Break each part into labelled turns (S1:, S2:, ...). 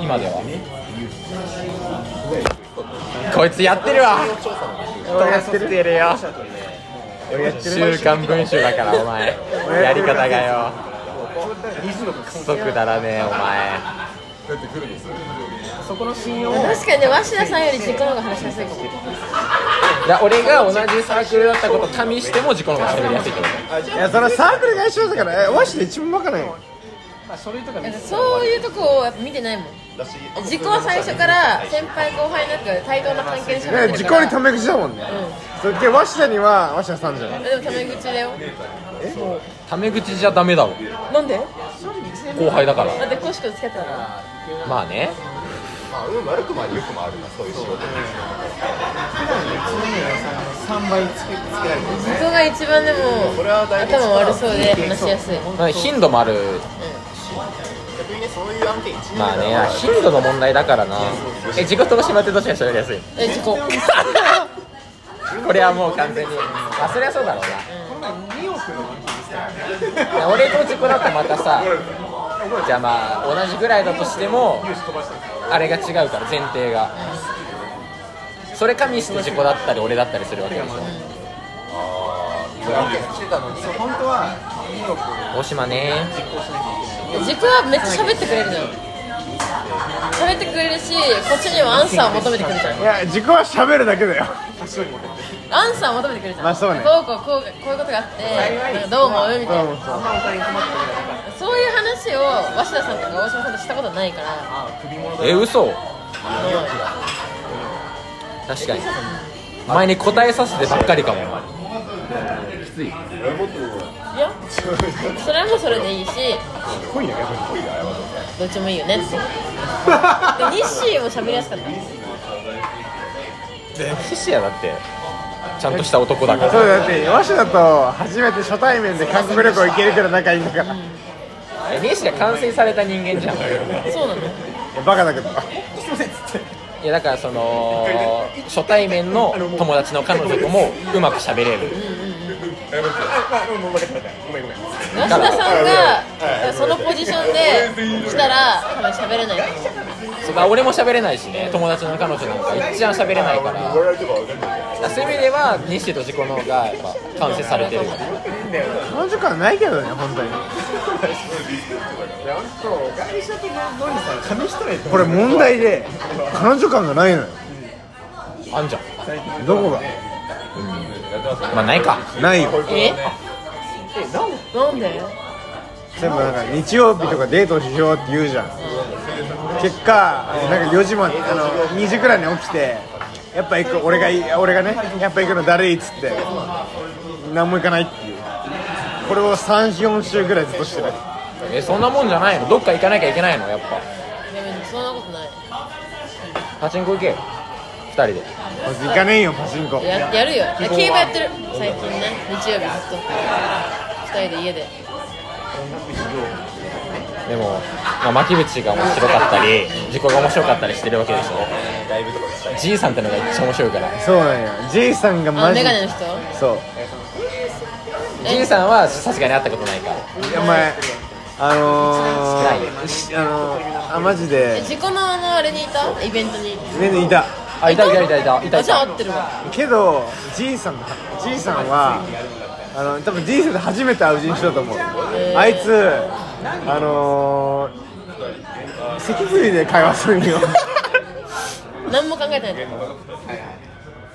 S1: 今ではこいつやってるわ人が作ってるよ週刊文集だからお前やり方がよクソくだらねえお前
S2: 確かにね鷲田さんより自己の方が話しやすいかも
S1: だ俺が同じサークルだったことを加味しても自己の方が喋りやすいってこ
S3: いやそれはサークルが一緒だからえマジで一番バカない
S2: なんかそういうとこをやっぱ見てないもん自己は最初から先輩後輩なく対等な関係でしゃべ
S3: ね
S2: って
S3: 時
S2: るか
S3: 間
S2: ら
S3: にタメ口だもんねそっけ鷲田には鷲田さんじゃん
S2: でもタメ口だよ
S1: とタメ口じゃダメだろ
S2: なんで
S1: 後輩だから
S2: だってコシコつけてたから
S1: まあね
S4: まあ運悪くもあり良くもあるなそういう仕事
S2: 自己が一番でも頭悪そうで話しやすい
S1: まあ頻度もある
S4: 逆にねそういう案件一
S1: まあねあ頻度の問題だからなえ自己としまってどっちが喋りやすい
S2: え自己
S1: これはもう完全にまあそりゃそうだろうな、いや俺と自己だとまたさじゃあまあ同じぐらいだとしてもあれが違うから前提がそれ加味して自己だったり俺だったりするわけでしょ大島ね
S2: 自己はめっちゃ喋ってくれるじゃん喋ってくれるしこっちにもアンサーを求めてくるじゃん
S3: いや時間は喋るだけだよ
S2: アンサーを求めてくるじゃん、
S3: まあそうね
S2: こうこうこうこういうことがあってなんかどう思うみたい
S3: うん
S2: な、
S3: そう
S2: そういう話を鷲田さんとか大島さんとしたことないから
S1: え嘘確かにお前に答えさせてばっかりかも
S2: いやそれはもうそれでいいしどっちもいい よねってでニッシーも喋りやすかった
S1: シやだってちゃんとした男だから
S3: だって鷲田と初めて初対面で韓国旅行行けるから仲いいんだから
S1: え西が完成された人間じゃん
S2: そうなの
S3: バカだけど
S1: いやだからその初対面の友達の彼女ともうまく喋れる
S2: 鷲田さんがそのポジションで来たら多分喋れない
S1: そうだ俺も喋れないしね友達の彼女なんか一番喋れないからだそういう意味では西と自己の方がやっぱ完成されてる
S3: 彼女感ないけどね本当にこれ問題で彼女感がないのよ
S1: あんじゃん
S3: どこが
S1: まあないか
S3: ないよ
S2: えなんで
S3: 全部なんか日曜日とかデートしようって言うじゃん結果なんか4時まであの2時くらいに起きてやっぱ行く俺がい俺がねやっぱ行くのだるいっつって何も行かないっていうこれを34週ぐらいずっとしてる
S1: えそんなもんじゃないのどっか行かなきゃいけないのやっ
S2: でもそんなことない
S1: ぱパチンコ行けよ2人で
S3: まず行かねえよパチンコ
S2: ややるよいや競馬やってる最近ね日曜日ずっと2人で家で
S1: でも、まあ、牧口が面白かったり自己が面白かったりしてるわけでしょじいさんってのが一番面白いから
S3: そうなんよじいさんが
S2: あの
S3: マジ
S2: メガネ
S3: で
S2: の人
S3: そう
S1: じいさんはさすがに会ったことないから
S3: いや前あのー、しあのー、あマジで
S2: 自己のあのあれにいたイベントに
S3: ねねいた
S1: あいたいたいたいたいた
S2: あ
S1: い
S2: じゃあ
S1: た
S2: 合ってるわ
S3: けどじいさんだじいさんはあの多分人生で初めて会う人種だと思う、あいつあのー、脊髄で会話するんよ
S2: 何も考えてない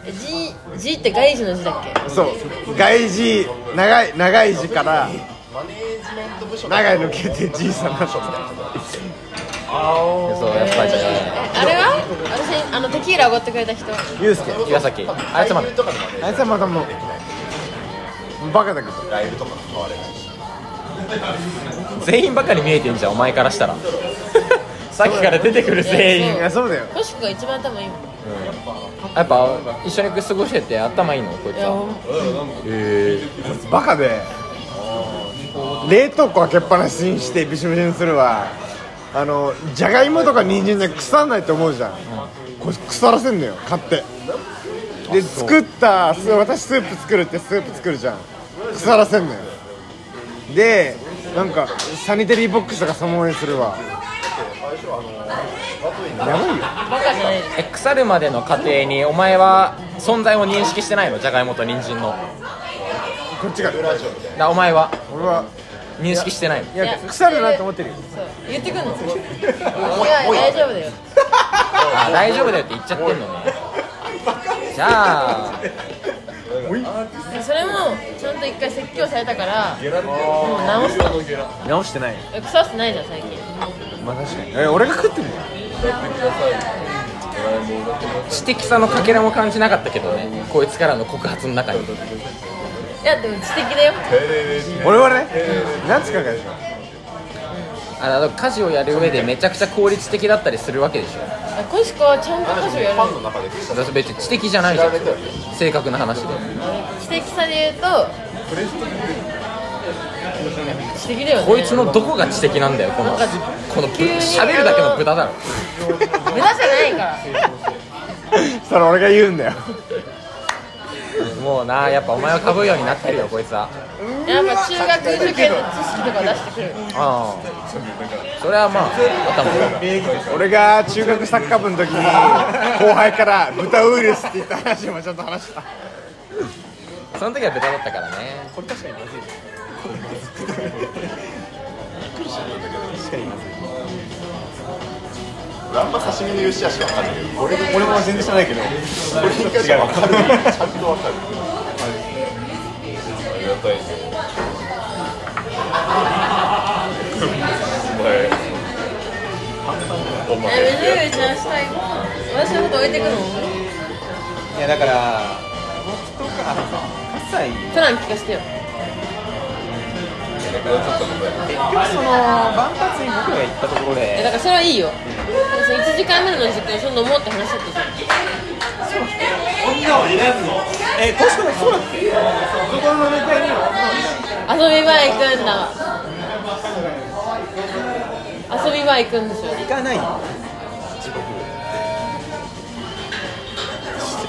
S2: え G, G って外事の字だっけ
S3: そう外事長い長い字から長いの消えてじいさんだった
S1: そうやっぱり
S2: えあれは私あのテキーラおごってくれた人
S3: ユうスケ
S1: 岩崎あいつまで
S3: あいつはまたもうバカだけど
S1: 全員ばかり見えてんじゃんお前からした らさっきから出てくる全
S3: い
S1: 員
S3: やそうだよ
S2: コシコが一番頭いいもん
S1: やっぱ一緒に過ごしてて頭いいのこいつ
S2: いや
S1: はえ
S3: バカで冷凍庫開けっぱなしにしてビシビシにするわあのじゃがいもとか人参で腐らないと思うじゃん、これ腐らせんのよ買ってで作ったす私スープ作るってスープ作るじゃん腐らせんのよでなんかサニタリーボックスとかそのままにするわ
S4: 最初あのバトに
S3: やばいよ
S2: バカじゃないです
S1: え腐るまでの過程にお前は存在を認識してないのじゃがいもと人参の
S3: こっちが
S4: ラジオみたいな
S1: なお前は
S3: 俺は
S1: 認識してないの
S3: いや腐るなと思ってるよ
S2: そう言ってくんのすごいいや大丈夫だよ
S1: あ大丈夫だよって言っちゃってんのねじゃあ
S2: それもちゃんと一回説教されたからもう直した
S1: 直してない
S2: え腐してないじゃん最近
S3: まあ確かにえ俺が食ってんの
S1: 知的さのかけらも感じなかったけどねこいつからの告発の中に
S2: いやでも知的だよ
S3: 俺はね何つかかでしょ
S1: あの家事をやる上でめちゃくちゃ効率的だったりするわけでしょ
S2: あコシコはちゃんと歌手や
S4: ファン
S2: る
S4: の中で
S1: だって別に知的じゃないじゃん正確な話で
S2: 知的さで言うと知的だよね
S1: こいつのどこが知的なんだよこの
S2: なんか
S1: このぶ
S2: 急に
S1: 喋るだけの豚だろ
S2: 無駄じゃないから
S3: それ俺が言うんだよ
S1: もうなやっぱお前はかぶようになってるよこいつは
S2: やっぱ中学受験の知識とか出してくる
S1: ああそれはまあ頭が
S3: 俺が中学サッカー部の時に後輩から豚ウイルスって言った話もちょっと話した
S1: その時は豚だったからね
S4: あ んま刺身の良し悪しわかんないけど俺
S3: 俺も全然知らないけど
S4: 俺に関してはわかるちゃんとわかる
S5: ありがたいね。お前。お前。
S2: え水口ちゃんしたい私のこと置いてくの
S6: いやだから僕とか葛西
S2: プラン聞かせてよ
S5: ちょっとごめん。
S6: 結局その万発に僕が行ったところ
S2: え
S6: で
S2: だからそれはいいよその1時間目の実験その飲もうって話だったじゃん
S6: え確かにそうだっけ
S2: 遊び場へ行くんだわ遊び場へ行くんですよ
S6: 行かないよ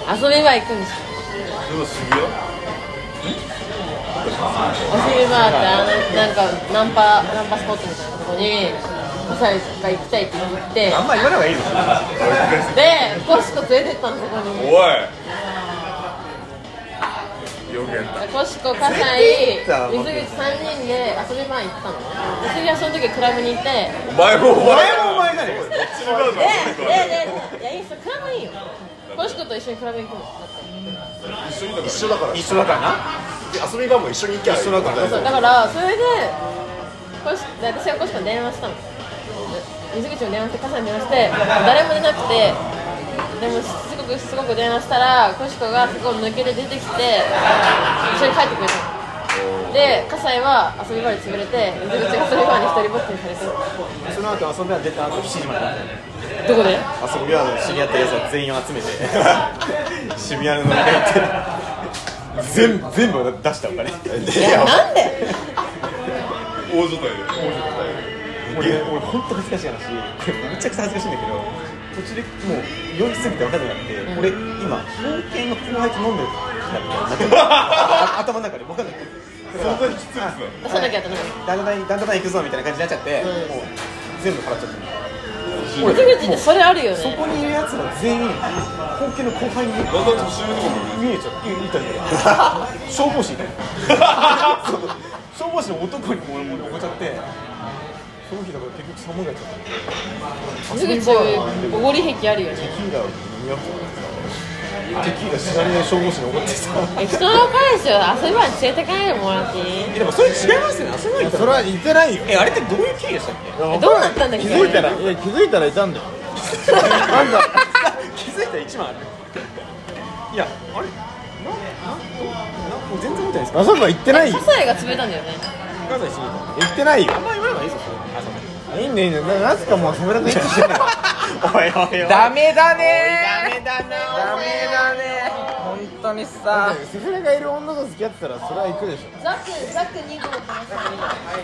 S2: 遊び場へ行くんですよ
S5: でも渋谷
S2: 遊び場ってあのなんかナンパナンパスポットみたいなとこに葛西が行きたいって言って
S6: あんま言わない方がいいの
S2: でコシコ連れてったのそこに
S5: おいよくやっ
S2: コシコ、葛西、水
S6: 絶対
S2: 口3人で遊び場に行ったの遊び場その時クラブにいてで、
S5: たお前もお前も
S6: 前もお前なの
S5: 違
S6: よ
S5: うぞ
S2: で、で、でいやいいっすよ、クラブいいよコシコと一緒にクラブ行くのだって
S4: 一緒だから
S6: 一緒だからな
S4: 遊び場も一緒に行きゃ一緒だから
S2: そうだからそれでこしで私がコシコに電話したので水口に電話して傘に電話して誰も出なくてでもしつこくしつこく電話したらコシコがすごい抜けて出てきて一緒に帰ってくれたので、葛西は遊び場に潰れて、水口が遊び場に一人ぼっちにされてる
S6: その後遊びは出た後7時まで
S2: どこで
S6: 遊びは知り合ったやつは全員集めて 渋谷の飲み会行って全全部出したお金
S2: いや、なんで
S5: 大所帯だよ大所
S6: 俺俺本当恥ずかしい話これめちゃくちゃ恥ずかしいんだけど途中でもう酔いすぎて分かんなくなって、俺今封建の後輩と飲んでる時だ った頭の中で分かんなくて
S5: 帯そんなにきついやつなの
S2: 出さなきゃってな
S6: だんだんだんだん行くぞみたいな感じになっちゃって、
S2: うん
S6: もう全部払っちゃって
S2: 水口ってそれあるよ
S6: そ
S2: ね
S6: こにいるやつら全員封建の後輩に
S5: だんだん年上のとこもいる
S6: 見えちゃういたんだよ消防士いたよそう消防士の男にも俺もおごっちゃってその日だから結局寒がっちゃった
S2: 水口、おごり癖あるよね
S6: テキーラを飲み合ってテキーラ知らねえ消防士に怒ってさ
S2: え人の彼氏を遊び場に連れてかないでもらっていい
S6: でもそれ違いますよね遊びに行っ
S3: それは言ってないよ
S6: えあれってどういう経緯でしたっけ
S2: どうなったんだっけ
S3: 気づいたらいや気づいたらいたんだよなんか
S6: 気づいたら一番あるいやあれなななもう全然見たいですか
S3: あそこは言ってないよ
S2: サザエが潰れたんだよね
S6: 関西住ん
S3: 言ってないよ
S6: あんま言わない方がいいぞそれあそう
S3: いいねいいねなぜかもう喋らずいいってしてんだ よ
S6: おいおいおい
S1: ダメだね
S6: メだな
S1: ダメだね本当にさ
S3: セフレがいる女と付き合ってたらそれは行くでし
S2: ザクザク2号か
S6: ザク2号っつったな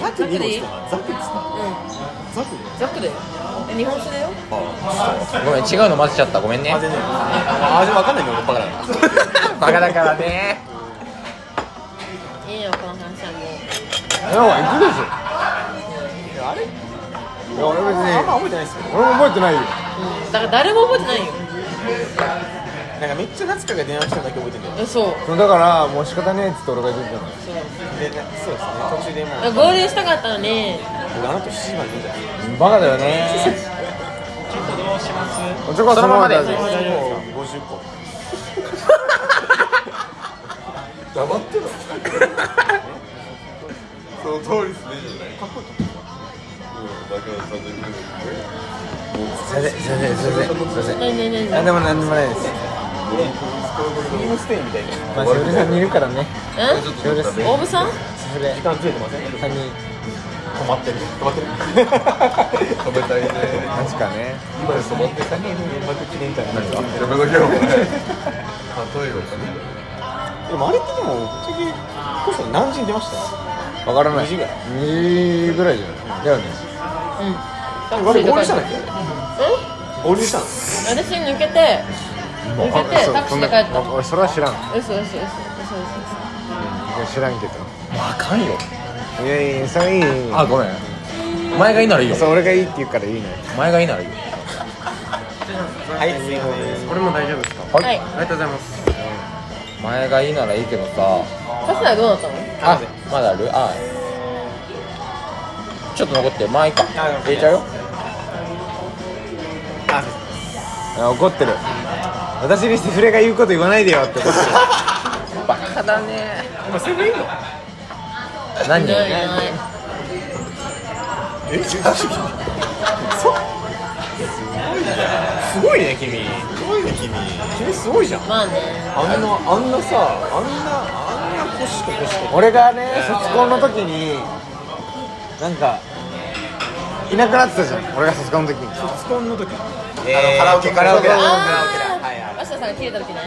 S6: ザクっつったザク
S2: ザクだよえ日本酒だよ
S1: ごめん違うの混ぜちゃったごめんね
S6: あ全然あ味わかんないんだよバカだから
S1: バカだからね
S2: いいよこの話はもう
S3: ょいや行くでしょ
S6: あれ
S3: いや俺別
S6: あんま
S3: に
S6: 覚えてないですよ
S3: 俺も覚えてないよ
S2: だから誰も覚えてないよ
S6: なんかめっちゃ夏香が電話したのだけ覚えてるんだよ
S2: えそう
S3: そうだからもう仕方ねえっつって俺が言ってたの
S2: そう
S6: でなそうですね途中でもう
S2: だから合流したかったのに
S6: 僕あの年7番でいいんじゃない
S3: バカだよねおちょこはそのままで
S1: そのま
S6: 大丈夫ですか50個
S5: 黙ってろその通りですねじゃないかっこいいだからちゃんと言ってる
S3: すいませんすいませんすいませんすいません
S2: 何何何
S3: 何でも何でもないです
S6: フリームステインみたいな時
S3: まあしおりさんにいるからね
S2: ん
S3: しおりさん
S2: 大部さん
S3: それ
S6: 間ずれてません
S3: さんに
S6: 止まってる止まってる
S5: 食べたいね
S3: マジかね
S6: 今です止まってる原爆記念会なん
S5: や
S6: か
S5: めとけよお前例えばかね
S6: でもあれってでもぶっちゃけこそ何時に出ました
S3: わからない
S6: 2時ぐらい
S3: 2時ぐらいじゃないだよね
S2: うん
S6: 多分あれ合流したんだっけ合流したの
S2: 私抜けて抜けてタクシーで帰った
S3: 俺それは知らん
S2: 嘘嘘嘘嘘嘘
S3: 知らんけど
S1: あかんよ
S3: いやいやそれいい
S1: あごめんお前がいいならいいよ
S3: そう俺がいいって言うからいいね
S1: お前がいいならいいよ
S6: はいすいませんこれも大丈夫ですか
S2: 嘘はい
S6: ありがとうございます
S1: お前がいいならいいけどさ
S2: カスはどうだったの
S1: あまだあるあちょっと残ってるまあいいか入れちゃうよ
S6: あ
S3: あ怒ってる私にしてフレが言うこと言わないでよって怒ってる
S1: バカだね
S6: 今セブンいるの
S1: 何
S2: いないいない
S6: え十八そうすごいね君すごいね君君すごいじゃん
S2: まあね
S6: あんなあんなさあんなあんなコシコシコ
S3: 俺がね卒婚の時になんかいなくなってたじゃん俺が卒婚の時に
S6: 卒婚の時
S4: あのカラオケカラオケ
S3: そうそうそう
S2: あ
S6: はいは
S2: あバシタさんが切れた時ね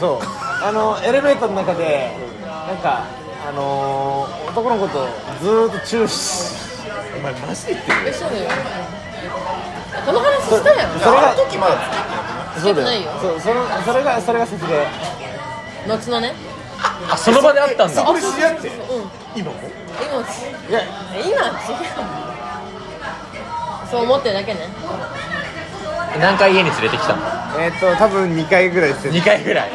S3: そうあのエレベーターの中でなんかあのー、男の子とずーっとチューし
S6: お前マジで言ってる
S2: 嘘だよこの話したやん
S3: それが
S4: 時まだ
S2: 聞いてないよ
S3: そうそのそれがそれが説で
S2: 夏のね
S1: あその場であったんだ
S6: 俺知り合って
S2: うん
S6: 今も
S2: 今つ
S3: いや
S2: 今違うそう思ってるだけね
S1: 何回家に連れてきたの
S3: えっ、と多分2回ぐらいして
S1: 2回ぐらい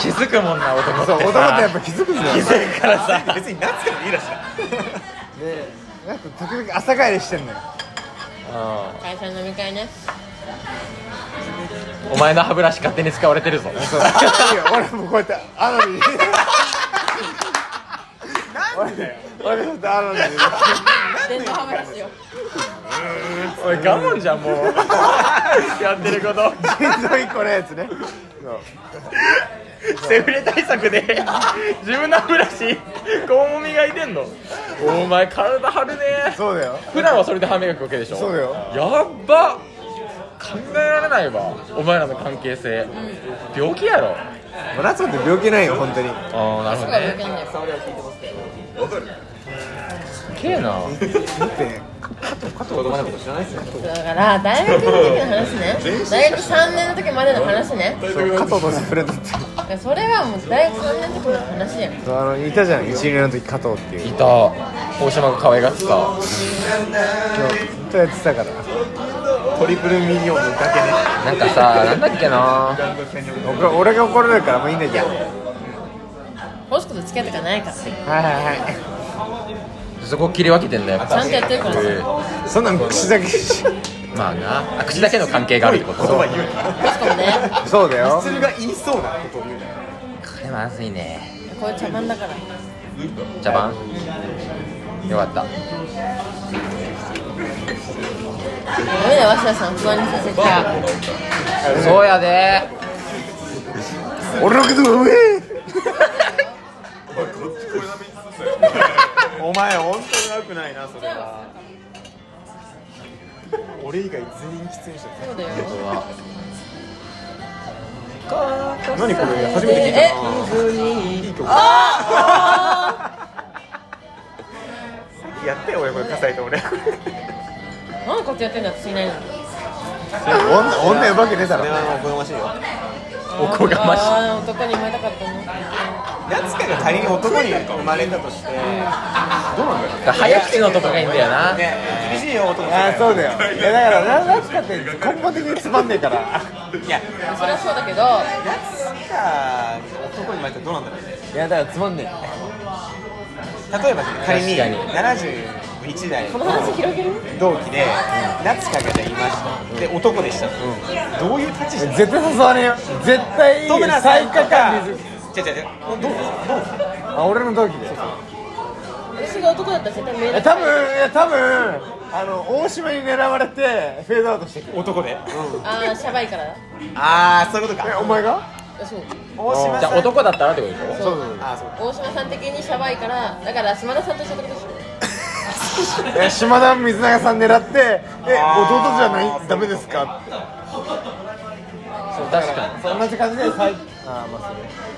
S1: 気づくもんな男って
S3: そう
S1: さ
S3: 男ってやっぱ気づくんだよ
S1: 気づくからさ
S6: 別に夏からいいらしい
S3: でなんか時々朝帰りしてんのよ
S1: う
S2: 会社の飲み会ね
S1: んお前の歯ブラシ勝手に使われてるぞ
S3: そういいよ俺もこうやってアナに
S6: なんでだよ
S3: 俺もこうやってアナに
S2: 電動歯ブラシよ
S1: おい我慢じゃんもう やってること
S3: 心臓一個のやつね
S1: セフレ対策で自分の歯ブラシ肛門磨いてんのお前体張るね
S3: そうだよ
S1: 普段はそれで歯磨くわけでしょ
S3: そうだよ
S1: やっば考えられないわお前らの関係性、病気やろ
S3: 夏って病気ないよ本当に
S1: ああなる
S2: す
S1: ほ
S2: ご
S1: ど
S2: い
S1: ね
S2: 病気なんだよ
S1: けえな
S6: 子供のこと知らないですよ
S2: だから大学の時の話ね 大学3年の時までの話ね
S3: そう加藤とセフレだって
S2: だからそれはもう大学3年の時の話やん
S3: そうあのいたじゃん一流の時加藤っていう
S1: いた大島が可愛がってた
S3: 今日ずっとやってたから
S6: トリプルミリオンのだけね
S1: なんかさなんだっけな
S3: 僕俺が怒られるからもういいんだけどはい
S2: 欲しくと付き合ってかないからち
S3: はいはい
S1: そこ切り分けてんだよやっぱ
S2: ゃんとやってるからさ
S3: そんなん口だけし
S1: まあなあ口だけの関係があるってこと
S6: 言葉言うな
S2: 欲しくもね
S3: そうだよ
S6: 普通が言いそうなことを言うなよ
S1: これまずいね
S2: これ茶番だから
S1: 茶番よかった
S2: ダメだよ鷲田さん不安にさせちゃう
S1: そうやで
S3: 俺のことうめえ
S6: お前本当に悪くないなそれは俺以外全員喫煙者
S2: そうだよ
S6: 何これ初めて聞い
S2: え
S6: いい曲やってよ俺これ葛西と俺
S2: 何こっちやってんだ私いないのに
S3: 女女うまくねえだろ
S6: はもう好ましいよ
S2: 女
S1: おこがましい
S2: あー男に生まれたかったね
S6: 夏香が仮に男に生まれたとしてどうなんだろうね
S1: 早口のとこがいいんだよな
S6: ね厳しいよ男
S3: ああそうだよいやだからな夏香って根本的につまんねえから
S6: いや
S2: それはそうだけど
S6: 夏香が男に生まれたらどうなんだろうね
S1: いやだからつまんね
S6: 例えば仮に
S1: 確
S6: 71代
S2: こ
S6: の
S2: の話広げる
S6: 同期で夏香がいましたで男でしたどういう立ちして
S3: 絶対誘わねえよ絶対
S6: 止めなさい
S3: 最下
S6: とか
S3: 感に
S6: 違う違う違うどうどう
S3: あ俺の同期で
S2: 私が男だったら絶対メ
S3: い
S2: ール
S3: や多分いや多分あの大島に狙われてフェードアウトしてくる
S6: 男で
S2: ああシャバいからだ
S6: ああそういうこと
S3: え
S6: か
S3: お前が
S2: あそう
S6: 大島
S1: えじゃ
S6: さ
S1: あ
S6: ん
S1: 男だったらってことでしょ
S3: そうそう
S6: あーそう
S2: 大島さん的にシャバいからだから島田さんと一緒ってことでしょ
S3: え島田水永さん狙ってえ弟じ
S6: あー
S3: ゃないダメですか
S1: そう確かに
S3: そんな感じで最あーまあそれ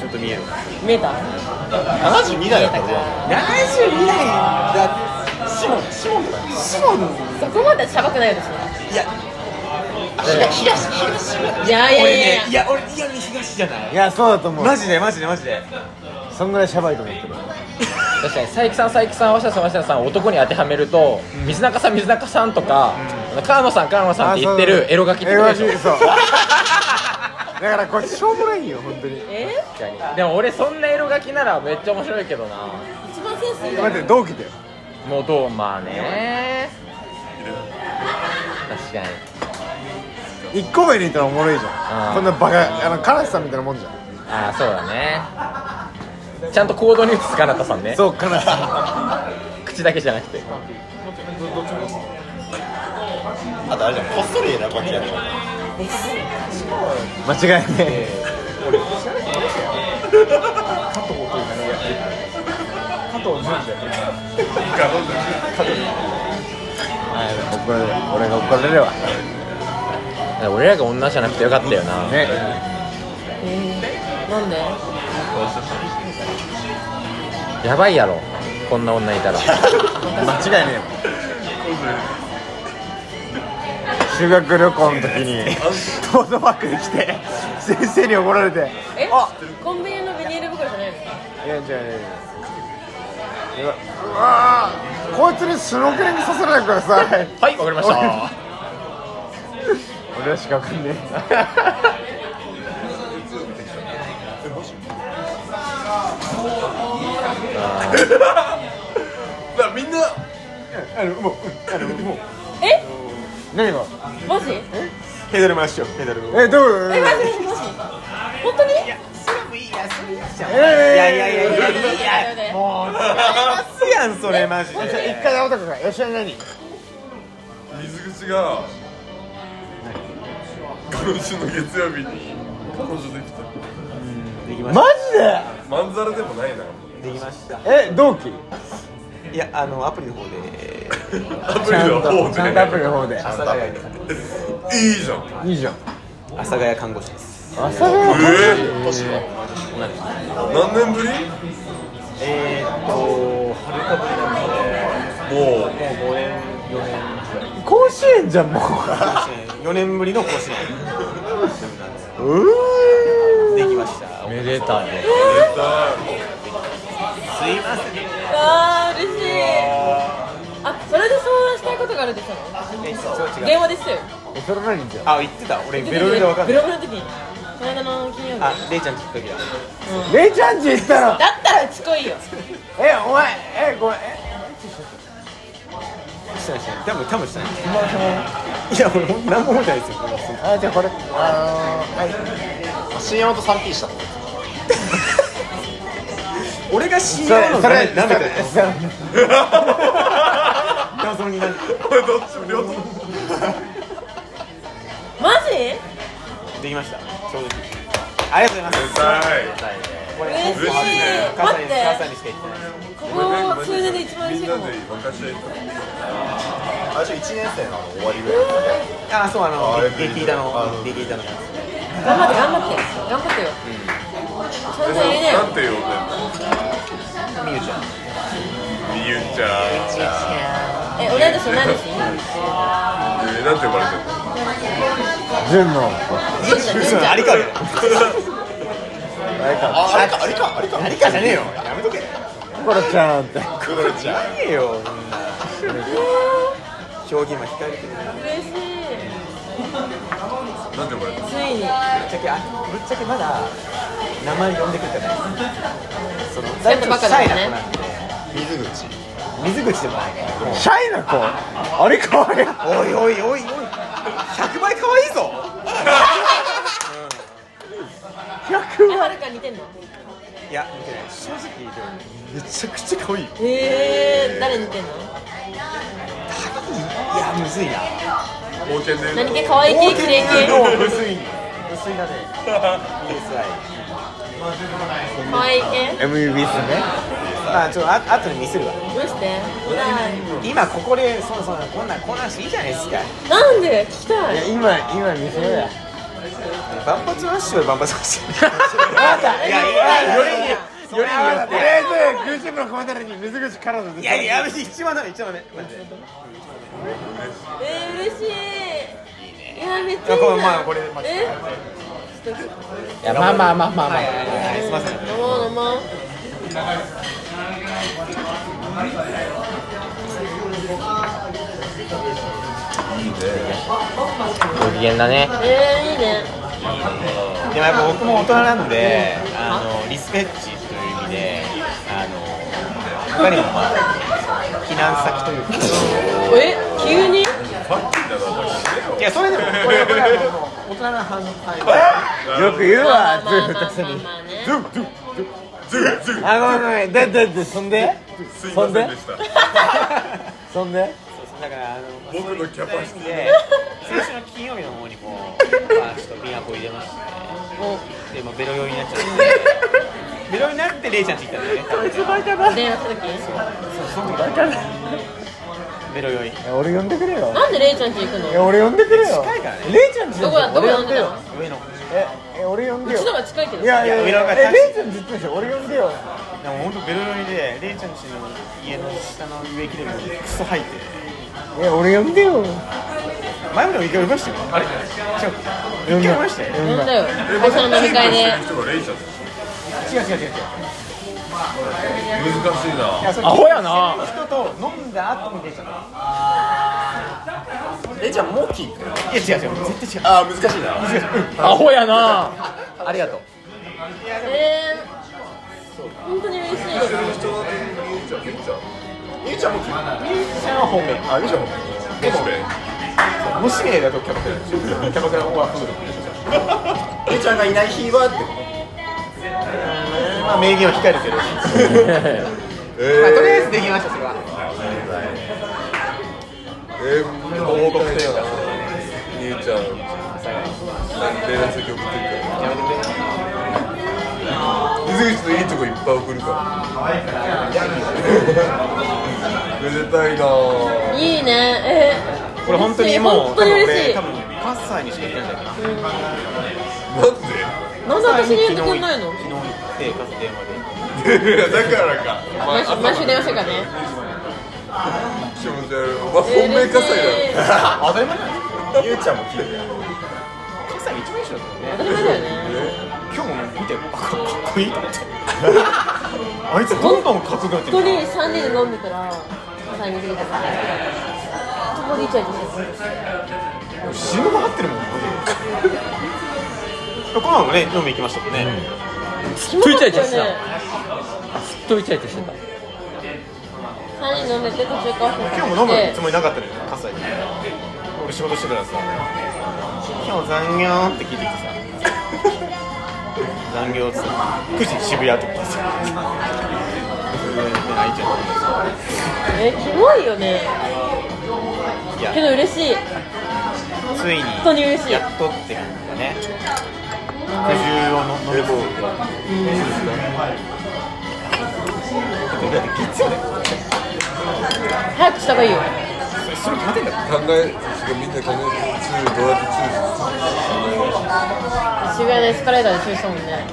S6: ちょっと見える
S2: 見えた
S4: 72代だったらどう
S6: 72代だシモンシモンシモン
S2: そこまでシャバくないよ私はい
S6: や
S2: いやい
S6: 俺
S2: やいや
S6: ね
S2: い
S6: いや俺リアルに東じゃない
S3: いやそうだと思う
S6: マジでマジでマジで
S3: そんぐらいシャバいと思ってる
S1: 確かに佐伯さん佐伯さん鷲田さん鷲田さん男に当てはめると水中さん水中さんとか川野さん川野さんって言ってるエロ書きって
S3: エ
S1: こ
S3: ロ
S1: と
S3: 書
S1: で
S3: き
S1: しょ
S3: そう だからこれしょうもないよ本当に
S2: え
S1: 確かにでも俺そんなエロ書きならめっちゃ面白いけどな
S2: 一番センスいいじゃん
S3: 待って同期だよ
S1: もうどうまあね確かに
S3: 一個目にいたらおもろいじゃ
S1: あー
S3: んこんなバカあのカラスさんみたいなもんじゃん
S1: ああそうだねちゃんと行動に移すかなたさんね
S3: そうカラスさ
S1: 口だけじゃなくて
S4: あとあれじゃんこっそり選ぶわけやる
S3: ん間違いねえ怒られる俺が怒られるわ
S1: 俺らが女じゃなくてよかったよな
S3: ね
S2: えーなんで
S1: やばいやろこんな女いたら
S3: 間違いねえもん修学旅行の時にトートバッグで来て先生に怒られて
S2: えコンビニのビニール袋じゃないの
S3: いや違う違う違ううわーこいつにスノーケリングさせないでください
S1: はいわかりました
S3: 俺らしかわかんね
S5: だからみんな
S6: あのもうあのもう
S2: え
S3: え何が
S2: マジ
S6: ペダル回しようペダル回しよう
S3: えどういうこと
S2: えマジマジ本当に
S3: ええ
S6: いやいやいやいやいや
S2: やいやも
S6: すやんそれマジで
S3: じゃあ一回直人君が吉田に何
S5: 水口が彼女の月曜日に彼女できた
S6: でき ま
S3: マ
S6: し
S5: まんざらでもないな
S6: たできました
S3: ジでえ同期
S6: いやあのアプリの方で
S5: アプリの方
S3: ちゃんとアプ
S5: で
S3: リの方で
S6: 阿佐ヶ谷に
S5: いいじゃん
S3: いいじゃん
S6: 阿佐ヶ谷看護師です
S3: 朝が
S5: えー、何年ぶり
S6: えーっとはるかぶりなの
S5: もう
S6: でもう5年4年ぐらい
S3: 甲子園じゃんもう
S6: 4年ぶりの甲子園
S3: うー
S6: できました
S1: めでたいね
S6: すいません
S2: あー嬉しいあそれで相談したいことがあるでしょ
S6: えそう違う
S2: 電話ですよ
S3: えそれ何じゃん
S6: あ言ってた俺ベロベロでわかん
S2: ベ
S6: ない
S2: ロベロの時にこの間の金曜日
S6: あレイちゃんきっかけだ
S3: レイちゃんち行ったら
S2: だったらうちこいよ
S3: えお前えごめんえ
S6: してないしてない多分多分してないいや俺ほん何も思ってないですよ
S3: あじゃあこれあのー、はい
S4: 新山と 3P したの
S6: 俺が死ん
S3: それ
S6: だの
S3: それ
S6: 舐めてる
S3: それ
S6: 謎になる
S5: これどっちも両方
S2: マジ
S6: できました正直ありがとうございますこれ
S2: 嬉しい
S5: 嬉しいね
S6: 母さんに母さん
S2: 待っ
S6: にしていただいて
S2: てここ数年で一番
S5: み
S2: 嬉しい
S5: ん
S2: か
S5: な
S2: も
S5: で分かち合いたい
S4: あれ1年生のあの終わりぐらい
S6: あそうあ
S4: あ
S6: の
S4: れ
S6: 激痛の激痛のやつ
S2: 頑張って頑張って頑張ってよちゃんと入れなよ
S5: なんて呼んでんの
S6: みゆちゃん
S5: みゆちゃん
S2: え同い年同い年
S5: えー、なんて呼ばれてるの
S3: 純の
S6: 有川じゃない
S4: ああれかあれかあれか
S6: 有川じゃねえよ
S4: やめとけ
S3: コロちゃんって
S4: クロちゃん
S6: ねえよそんな表現は控えるけどぶっ
S2: 嬉しい
S5: なんて呼ばれてる
S2: ついに
S6: ちゃけあぶっちゃけまだ名前呼んでくれてないその
S2: 付き合ったばっかだもんね
S6: だいぶシャイな子なん
S4: 水
S6: で
S4: 口
S6: 水口でもないから
S3: シャイな子あれかわいい
S6: おいおいおいおい100倍可愛いぞ
S2: えはるか似てんの
S6: いや見てない正直でもめちゃくちゃ可愛い
S2: えー、誰似てんの
S6: いやむずいな
S5: 冒険で言う
S2: 何系可愛い系綺麗
S6: も
S2: 系
S6: むずいむずいだね PSI
S2: 可愛い系
S3: MUB っすね
S6: まあちょっとあ後で見せるわ
S2: どうしてはい
S6: 今ここでそんなそんなこんなんこんなんしていいじゃないですか
S2: なんで聞きた
S3: い
S2: い
S3: や今今見せようや
S6: 万発の足は万発の足いやいやよりによりによっ
S3: とり
S6: て
S3: あえず YouTube のコメント欄に水口からの
S6: いやいや一番ダメ一番ダメマジで
S2: えー、嬉しいいやめっちゃいいじ
S6: あこ
S2: ゃ
S6: れ
S2: ん
S6: まあこれまあ
S2: えちょっ
S1: い
S2: と
S1: やまあまあまあまあまあ、
S6: はいすいません
S2: 飲もう飲もう
S1: ご機嫌だね
S2: えー、いいね
S6: でもやっぱ僕も大人なんで、あのリスペッチという意味で、あの他にもまあ避難先というか、
S2: え急に
S6: いやそれでもこれこれはもう大人の反応。
S3: よく言う
S2: まあ
S3: わ
S2: まあ
S3: ずー
S2: まあ
S3: っと
S2: まあまあ
S3: あごめん
S2: ね
S3: ごめんでででそんです
S5: いませんでした
S3: そんで
S6: だからあの
S5: 僕のキャパシティ
S6: で先週の金曜日の方にも、まあ、ちょっと瓶アコ入れまして、でまあベロ酔いになっちゃって、ベロ酔いになってレイちゃんち行ったんだよね。多分ね
S2: 電話した
S6: ベロ酔い。
S3: いや俺呼んでくれよ
S2: 時なんでレイちゃんち行くの
S3: いや俺呼んでくれよ
S6: 近いからね。
S3: レイちゃんち
S2: どこだどこ
S3: 俺
S2: だ
S3: 呼んでよ
S6: 上の。
S3: ええ俺呼んで
S2: う
S3: よ
S2: ちの方が近いけど
S3: いやいやい
S6: いや
S3: や
S6: 俺が
S3: えレイちゃんずっとでしょ俺呼んでよ
S6: でも本当ベロ酔いでレイちゃんちの家の下の植木でもクソ吐いて。
S3: え俺呼んでよ
S6: 前までも一回呼びましたよ。あれ違う。一回呼びましたよ。違う
S2: なんだよ会社の飲み会で
S5: キープしてる人がレイちゃんです
S6: 違う違う違う。
S5: 難しいない
S6: やそれ
S1: アホやな
S6: 人と飲んだ後に出ちゃ
S4: えじゃあモキーか
S6: う。いや違う違う。絶対違う。
S4: あー難しいな
S1: アホやなありがとう
S2: えー、本当に嬉しい
S5: ゆうちゃんゆうちゃん
S4: ゆうちゃんモキー
S6: ミュージシャンは本命。
S4: あゆうちゃんモキ
S5: どうして
S6: 虫名だとキャバクラでしょ。キャバクラオーバーフード。
S4: ーゆうちゃんがいない日はって
S6: まあ名言は控えるけど。まあとりあえずできましたそれは。
S5: えー、もう報告せよゆうちゃんなんで連絡先送ってるから水口のいいとこいっぱい送るからめでたいなぁ
S2: いいねえー、
S6: これ本当にもう
S2: 本当に嬉しい
S6: 多分俺多分8歳にしか行ってないんだけど。
S5: な
S2: なんで私に言ってくんないの
S6: 昨日行って家族電話で。
S5: んでだからか
S2: 毎週毎週電話してからね
S5: 気持ち悪いお前本命火災
S2: だ
S5: だろ
S6: 当たり前じゃない。
S4: ゆうちゃんもキー
S6: 8歳一番一緒だったもんね。
S2: 当たり前だよね
S6: 今日も見てあかかっこいいと思ってあいつどんどんかっこよくなって
S2: 一
S6: る
S2: 人3人で飲んでたら最後に出てたそこでイチャイチャしてた
S6: 死ぬほど張ってるもんマジでこの前もね飲み行きましたもんね、
S2: 気持ち悪い
S1: イチャイチャして
S2: よね
S1: ずっとイチャイチャしてた
S2: 3人飲んでて途中交わせて
S6: 今日も飲むつもりなかったのよ葛西俺仕事してたらさ今日残業って聞いてきてさ残業っつって9時渋谷ってこと ですよ泣いちゃ
S2: えキモいよね
S6: ういや
S2: けど嬉しい
S6: ついに
S2: 本当に嬉しい
S6: やっとって感じだね苦渋をの飲み込むだって月曜だよ
S2: 早くした方がいいよ
S6: それ決まってんだよ
S5: 考えみんな考えツールどうやってツール
S2: 渋谷でエスカレーターで注意したもんね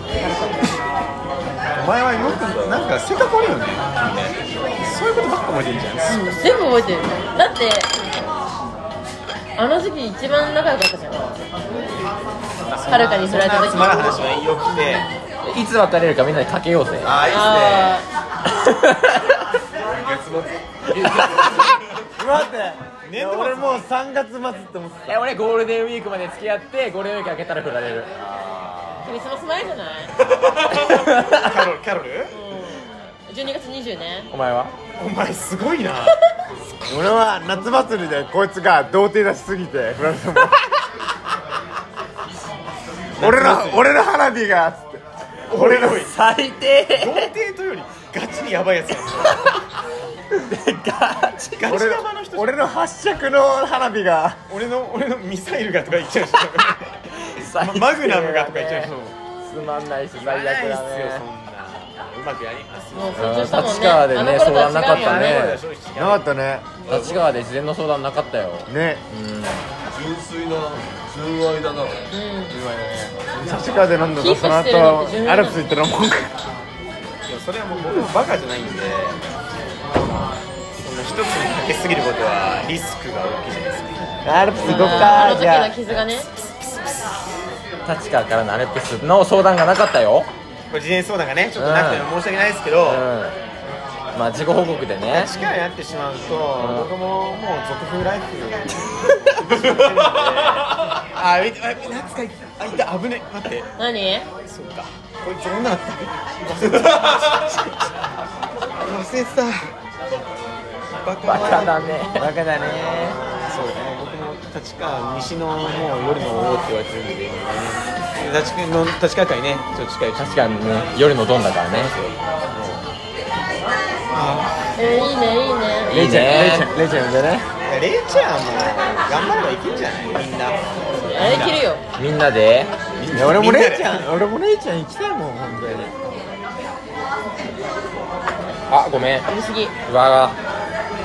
S6: お前はよくなんか性格悪いよね君ねそういうことばっか覚えてんじゃん
S2: 全部覚えてるだってあの時期一番仲良かったじゃんはるかにそられた時
S6: つまらん話はいいよくて
S1: いつ別れるかみんなでかけようぜ
S6: ああいいっすね
S2: あ
S3: いや俺もう3月末って思って
S1: え俺ゴールデンウィークまで付き合ってゴールデンウィーク明けたら振られ る
S2: あクリスマス前じゃない
S6: キャロルキャロル
S2: 12月20ね
S1: お前は
S6: お前すごいな
S3: た俺は夏祭りでこいつが童貞出しすぎて振られたもん俺の俺の花火がっつって
S6: 俺の童
S1: 最低
S6: 貞というよりガチにヤバいやつやん
S1: ガチ
S6: ガチ
S3: 俺
S6: ヤバの人じゃん
S3: 俺の発色の花火が
S6: 俺の俺のミサイルがとか言っちゃうし
S1: 最低 だね
S6: マグナムがとか言っちゃうし
S1: つまんないし最悪だ
S6: ないっすよそん
S1: ね
S6: なうまくやりますよ
S2: もう成長したもんね
S1: 立川でね
S2: あの頃とは違う
S1: そう
S2: よ
S1: はなかったね
S6: あれでしょ
S3: なかったね
S1: 立川で事前の相談なかったよ
S3: ね
S5: 純粋な純愛だな
S3: 立川で飲んだ
S2: キ
S3: と
S2: ープ
S3: その
S2: してるのって重要
S3: 後
S2: な
S3: ア
S2: の
S3: ルプス行ったらもう
S6: いやそれはもう僕もバカじゃないんでそんな一つにかけすぎることはリスクが大きいじゃないですか
S3: アルプス行こっ
S2: あ
S3: か
S2: の時
S3: じゃ
S2: の
S3: あ
S2: 傷がね
S1: 立川からのアレックスの相談がなかったよ
S6: これ事前相談がねちょっとなくても申し訳ないですけど、
S1: うんまあ自己報告でね
S6: 力になってしまうと、僕ももう俗風ライフあ見てあ夏かあいた危ね待って
S2: 何
S6: そっかこいつ女だった忘れてたバカ
S1: バ カだ
S6: ね
S1: ねバカだね
S6: そうだね僕も立川西のもう夜の王って言われてるんで今ね立川の立川会ねちょっと近いし
S1: 確かにね夜のドンだからね
S2: えーいいねいいね
S1: いいね
S3: レイちゃん呼んでね
S6: レイちゃんも頑張ればいけんじゃないみんな
S2: やりきるよ
S1: みんなで
S3: いや俺もレイち
S6: んな
S3: ゃん俺もレイちゃん行きたいもん本当に
S1: あごめん
S2: やりすぎ
S1: うわ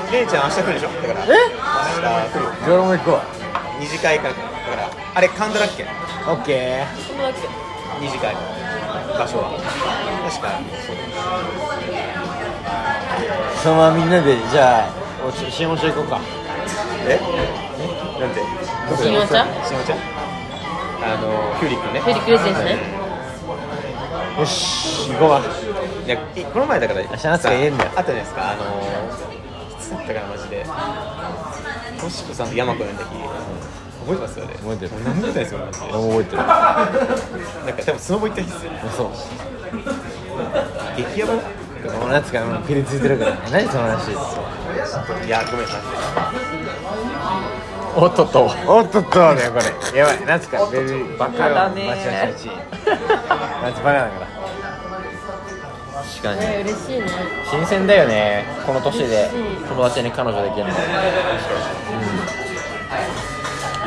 S6: でレイちゃん明日来るでしょだから
S3: え
S6: 明日来るよ
S3: じゃあ俺も行こ
S6: 二次会からだからあれ神田だっけ
S3: うオッケ
S2: そんなわけ
S6: 二次会場所は確かそ
S3: ー
S6: う
S3: そのままみんなでじゃあおし CM し行こうか
S6: えなんて
S2: 信用ちゃんフ
S6: しのちゃんあのキュウリ君ね
S2: ェリクレジですね
S3: よし行こうか
S6: いやいこの前だから
S3: 明日の朝言えんだよ
S6: あったじゃないですかあのー、いつだったかなマジでトシコさんとヤマコの時覚えてますよね
S1: 覚えてる
S6: 俺何も覚えてないですよマジで
S1: ー覚えてる
S6: なんか多分スノボ行った日ですよね
S1: そう
S6: 激ヤバだ
S3: このやつがもうピリついてるから何その話
S6: いやごめんなさい
S1: おっとっと
S3: おっとっとだよこれやばい夏からベルバ
S1: カだね
S3: バチバチバチ夏バカだから
S1: 確かに
S2: えー嬉しいね
S1: 新鮮だよねこの年で友達に彼女できるの
S5: い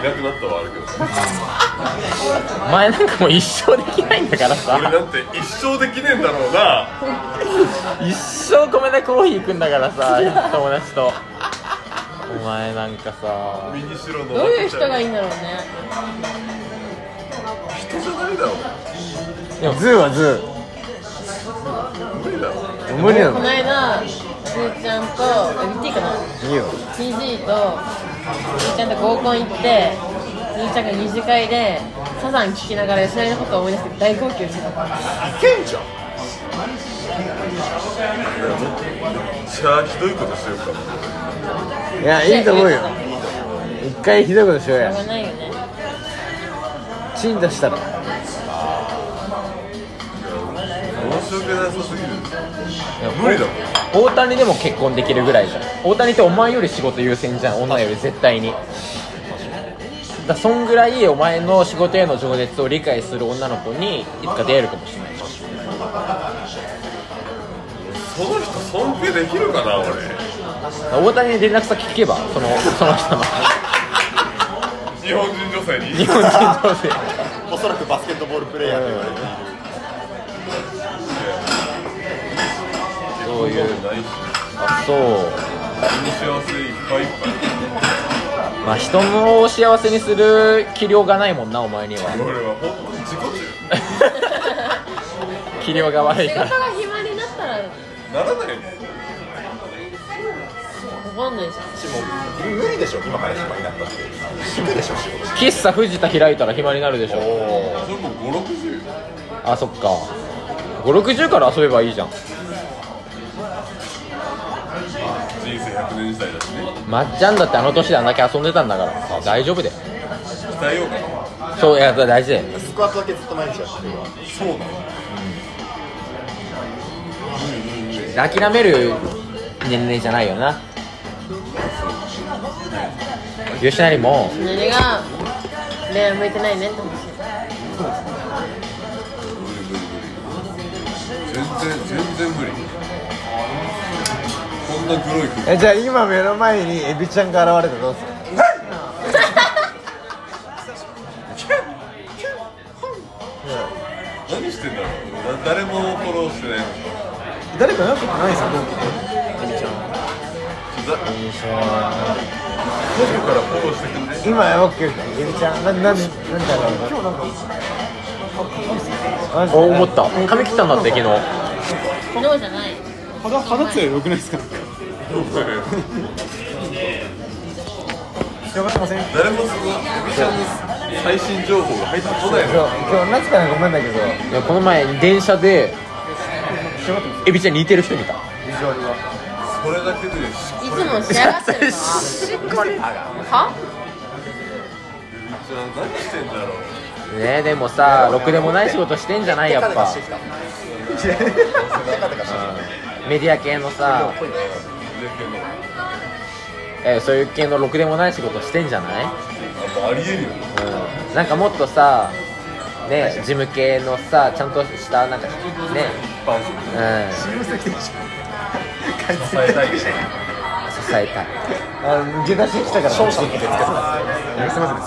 S5: なくなったはあるけど
S1: 前なんかもう一生できないんだから
S5: 俺
S1: さ
S5: なんて一生できねえんだろうな
S1: 一生米田コーヒー行くんだからさ友達とお前なんかさ
S5: 右白の
S2: どういう人がいい
S5: い
S2: んだろうね
S5: 人じゃないだろ
S3: ズーはズ
S5: 無理だろ
S3: ー無理な
S2: この
S3: の
S2: 間ずーちゃんと MT かない
S3: いよ
S2: TG とずーちゃんと合コン行ってずーちゃんが二次会でサザン聴きながら吉成のことを思い出して大号泣してた
S5: じゃあひどいことしようか
S3: いやいいと思うよ一回ひどいことしよう
S2: しょ
S3: や
S2: うがないよ ね
S3: チン出したら
S5: 申し訳なさすぎる無理だもん
S1: 大谷でも結婚できるぐらいじゃん大谷ってお前より仕事優先じゃん女より絶対にだそんぐらいお前の仕事への情熱を理解する女の子にいつか出会えるかもしれないじゃん
S5: その人尊敬できるかな俺
S1: 大谷に連絡先聞けばそのその 人の
S5: 日本人女性
S1: 日
S5: に
S1: 本人女性
S4: おそらくバスケットボールプレーヤーと言われている
S1: そういう
S5: ないし
S1: あそう
S5: 人の幸せいっぱいいっ
S1: まあ人の幸せにする器量がないもんなお前には
S5: ぱい俺は本当に自己中
S1: 器量が悪い
S2: 仕
S1: か
S2: 事が
S1: ら
S2: 暇になったら
S5: ならな
S2: だ
S5: いよね
S2: かんないじゃん
S4: 無理でしょ今から暇になったって行くでしょ仕事して
S1: 喫茶藤田開いたら暇になるでしょ
S5: それもう560
S1: あそっか560から遊べばいいじゃん
S5: 人生100年時代だしね
S1: まっちゃんだってあの年であんだけ遊んでたんだから大丈夫だよ
S5: 鍛えようかな
S1: そういや大事だよ
S4: スクワットだけずっと毎日やってるわ
S5: そうなの
S1: 諦める年齢じゃないよな吉成も
S2: 何が恋愛向いてないねって話
S5: 無理無理無理全然全然無理こんな黒い
S3: えじゃあ今目の前にエビちゃんが現れたらどうする
S5: 空何してんだろうな誰もフォローしてない
S6: 誰かなんかないですか同期でエビちゃん
S5: 東京からフォローしてくんね
S3: 今やばっけエビちゃんななんなんだろう今日なんか
S1: お思った髪切ったんだって昨日
S2: 昨日じゃない
S6: 肌肌つより良くないですか広がってません
S5: 誰もそのエビちゃんの最新情報が入ってこない
S3: 今日
S5: の
S3: 今日なぜかなごめんだけど
S1: いやこの前電車で
S6: 広がってま
S1: エビちゃんに似てる人見た
S3: 非常に
S5: それだけでし
S2: いつも仕上がってるのはは
S5: エビちゃん何してんだろう
S1: ねでもさろくでもない仕事してんじゃないやっぱメディア系のさ
S5: だけどや
S1: えそういう系のろくでもない仕事してんじゃない
S5: っぱありえるよね
S1: うんなんかもっとさね事務系のさちゃんとしたなんかね
S5: バンス
S1: うん
S5: 支えたいけど
S1: 支えたい
S3: あの抜け出してきたから
S4: 商社の受付とか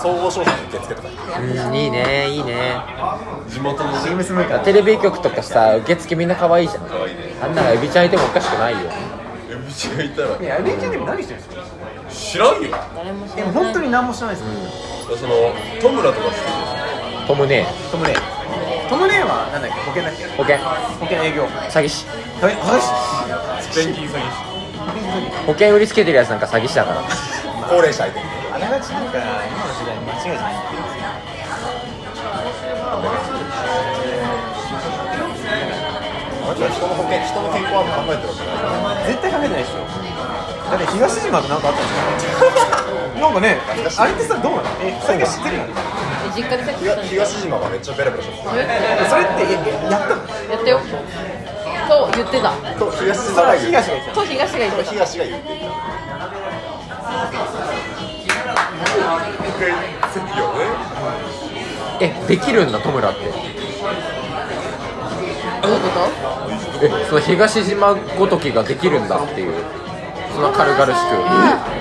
S4: 総合商社の受付とか
S1: うんいいねいいね
S5: 地元のね
S1: テレビ局とかさ受付みんな可愛いじゃんあんならエビちゃんいてもおかしくないよ
S5: エビちゃんいたら
S6: いやエビちゃんでも何してるんですか
S5: 知らんよ
S2: 誰も知
S6: で
S2: ら
S6: も
S2: ない
S6: 本当に何もしてないです
S5: そのトムラとか好き
S1: トムね
S6: トムレイトムレイはなんだっけ保険だっけ
S1: 保険
S6: 保険営業
S1: 詐欺師
S6: 大は
S5: で錬金詐欺師
S1: 保険売りつけてるやつなんか詐欺師だから
S4: 高齢者相手に
S6: いあながちなんか今の時代間違いじゃない
S4: もちろん人の保険人の健康は考えてるわけない
S6: 絶対考えてないですよだって東島となんかあったんですかなんかねあれってさどうなのえそれが知ってるの
S2: 実家でさっき来た
S4: 東
S2: ん
S4: 東島
S2: だよ
S4: はめっちゃベラベラして
S2: そうやって
S6: それってえやったの
S2: やってよと言ってた
S4: ると東島が言う
S6: 東が言って
S2: と東が言ってた
S4: 東が言っていた
S1: えできるんだトムラって
S2: どういうこと
S1: えその東島ごときができるんだっていうそんな軽々しく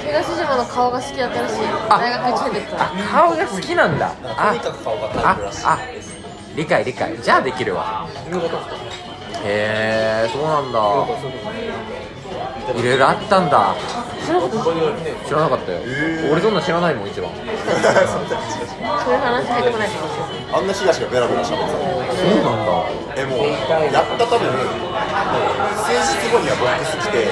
S2: 東島の顔が好きだったらしい大学1年でから
S1: 顔が好きなんだあああ理解理解じゃあできるわへえそうなんだいろいろあったんだ知らなかったよ俺そんな知らないもん一番
S2: そういう話入ってこないと思う
S4: あんな東がベラベラしゃべって
S1: そうなんだ
S4: たえもうやった多分もう数日後にはボックス来て
S1: へ
S2: ベ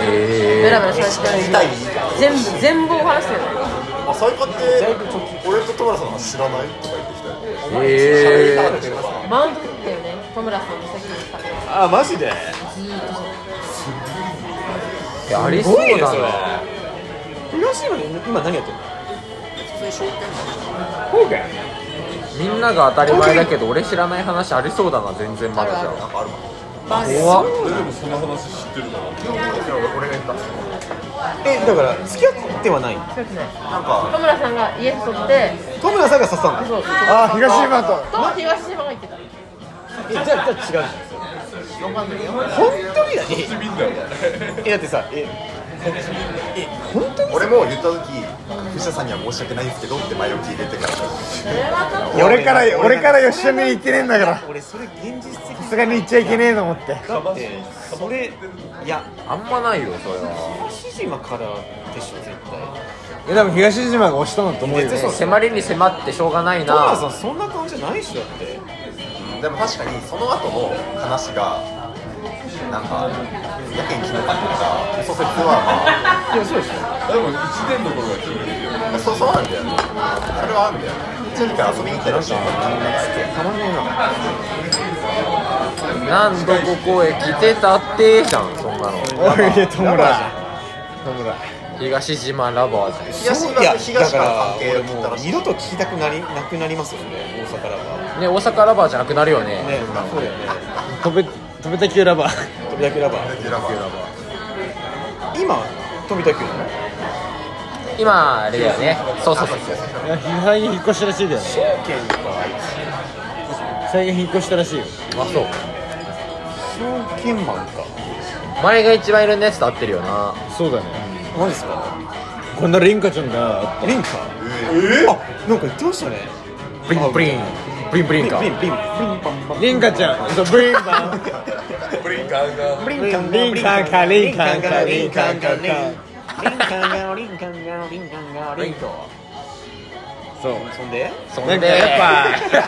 S1: え
S2: ラベラしゃべって
S4: 痛いから
S2: 全部全部を話してる
S4: あ最高って俺と戸村さんは知らないとか言ってきたよ
S1: へえ
S2: マウント取ったよね戸村さんの先にさあマジで
S1: いやありそうだな
S6: 東島で今何やってるの
S1: みんなが当たり前だけど俺知らない話ありそうだな全然まだじゃあ怖っ
S5: 俺でもその話知ってるから
S6: えだから付き合ってはない
S2: 戸村さんが家誘って
S6: トムラさんが刺したんだ
S2: そう
S3: あ東島と
S2: と東島が言ってた
S6: えじゃあじゃあ違うじゃん本当にだね
S5: みんな
S6: えだってさええ本当に
S4: 俺も言った時藤田さんには申し訳ないんですけどって前置き入れてから
S2: それはちょっ
S3: 俺から俺から吉田に行ってねえんだから
S6: 俺それ現実的
S3: さすがに行っちゃいけねえと思って
S6: だってそれいや
S1: あんまないよそれは
S6: 東島からでしょ絶対
S3: えでも東島が押したんだと思うよ
S1: ね 迫りに迫ってしょうがない
S6: トムラさ
S1: なん
S6: そんな顔じゃないっしょだって
S4: でも確かにその後の話がなんかやけにキモかったからそ説はまあ
S6: いやそうでしょ
S5: でも1点どころが決めるよ
S4: そうそうなんだよねそれはあるんだよねちょっと遊びに行ったりして
S1: たまんねえな何度ここへ来てたってじゃんそんなの
S3: おいトムラトムラ
S1: 東島ラバーズ
S4: 東
S6: い
S4: 側
S6: や
S4: と東側の関係
S6: だ
S4: を
S6: から
S4: 切っ
S6: 俺
S4: た
S6: も
S4: ら
S6: う
S4: しい
S6: 二度と聞きたくなりなくなりますよね大阪ラバ
S1: ね大阪ラバーじゃなくなるよね
S6: ーねそうだよね
S3: 飛べ飛べた級ラ バー
S6: 飛びだけラバー今飛びだけなの
S1: 今あれだよねそうそうそう
S3: いや最近引っ越したらしいだよね最近引っ越したらしいよ
S1: あそう
S6: 証券マンか
S1: 前が一番いるんですと合ってるよな
S3: そうだね
S6: マジっすか
S3: こんなリンカちゃんが
S6: リンカあなんか言ってましたね
S1: ブリンブリンブリンブリンか
S6: リンリンリンパンパン
S3: リンカちゃんそうブリンバン
S5: ブリンカーが
S6: ブリ
S3: ンカンリンカンカンリンカンカンリンカンカンリン
S6: リンカンガンリンカンガンリンカンガンリンカン
S3: そう
S6: そんで
S1: そん
S3: なんか
S1: で
S3: やっ
S6: バカだ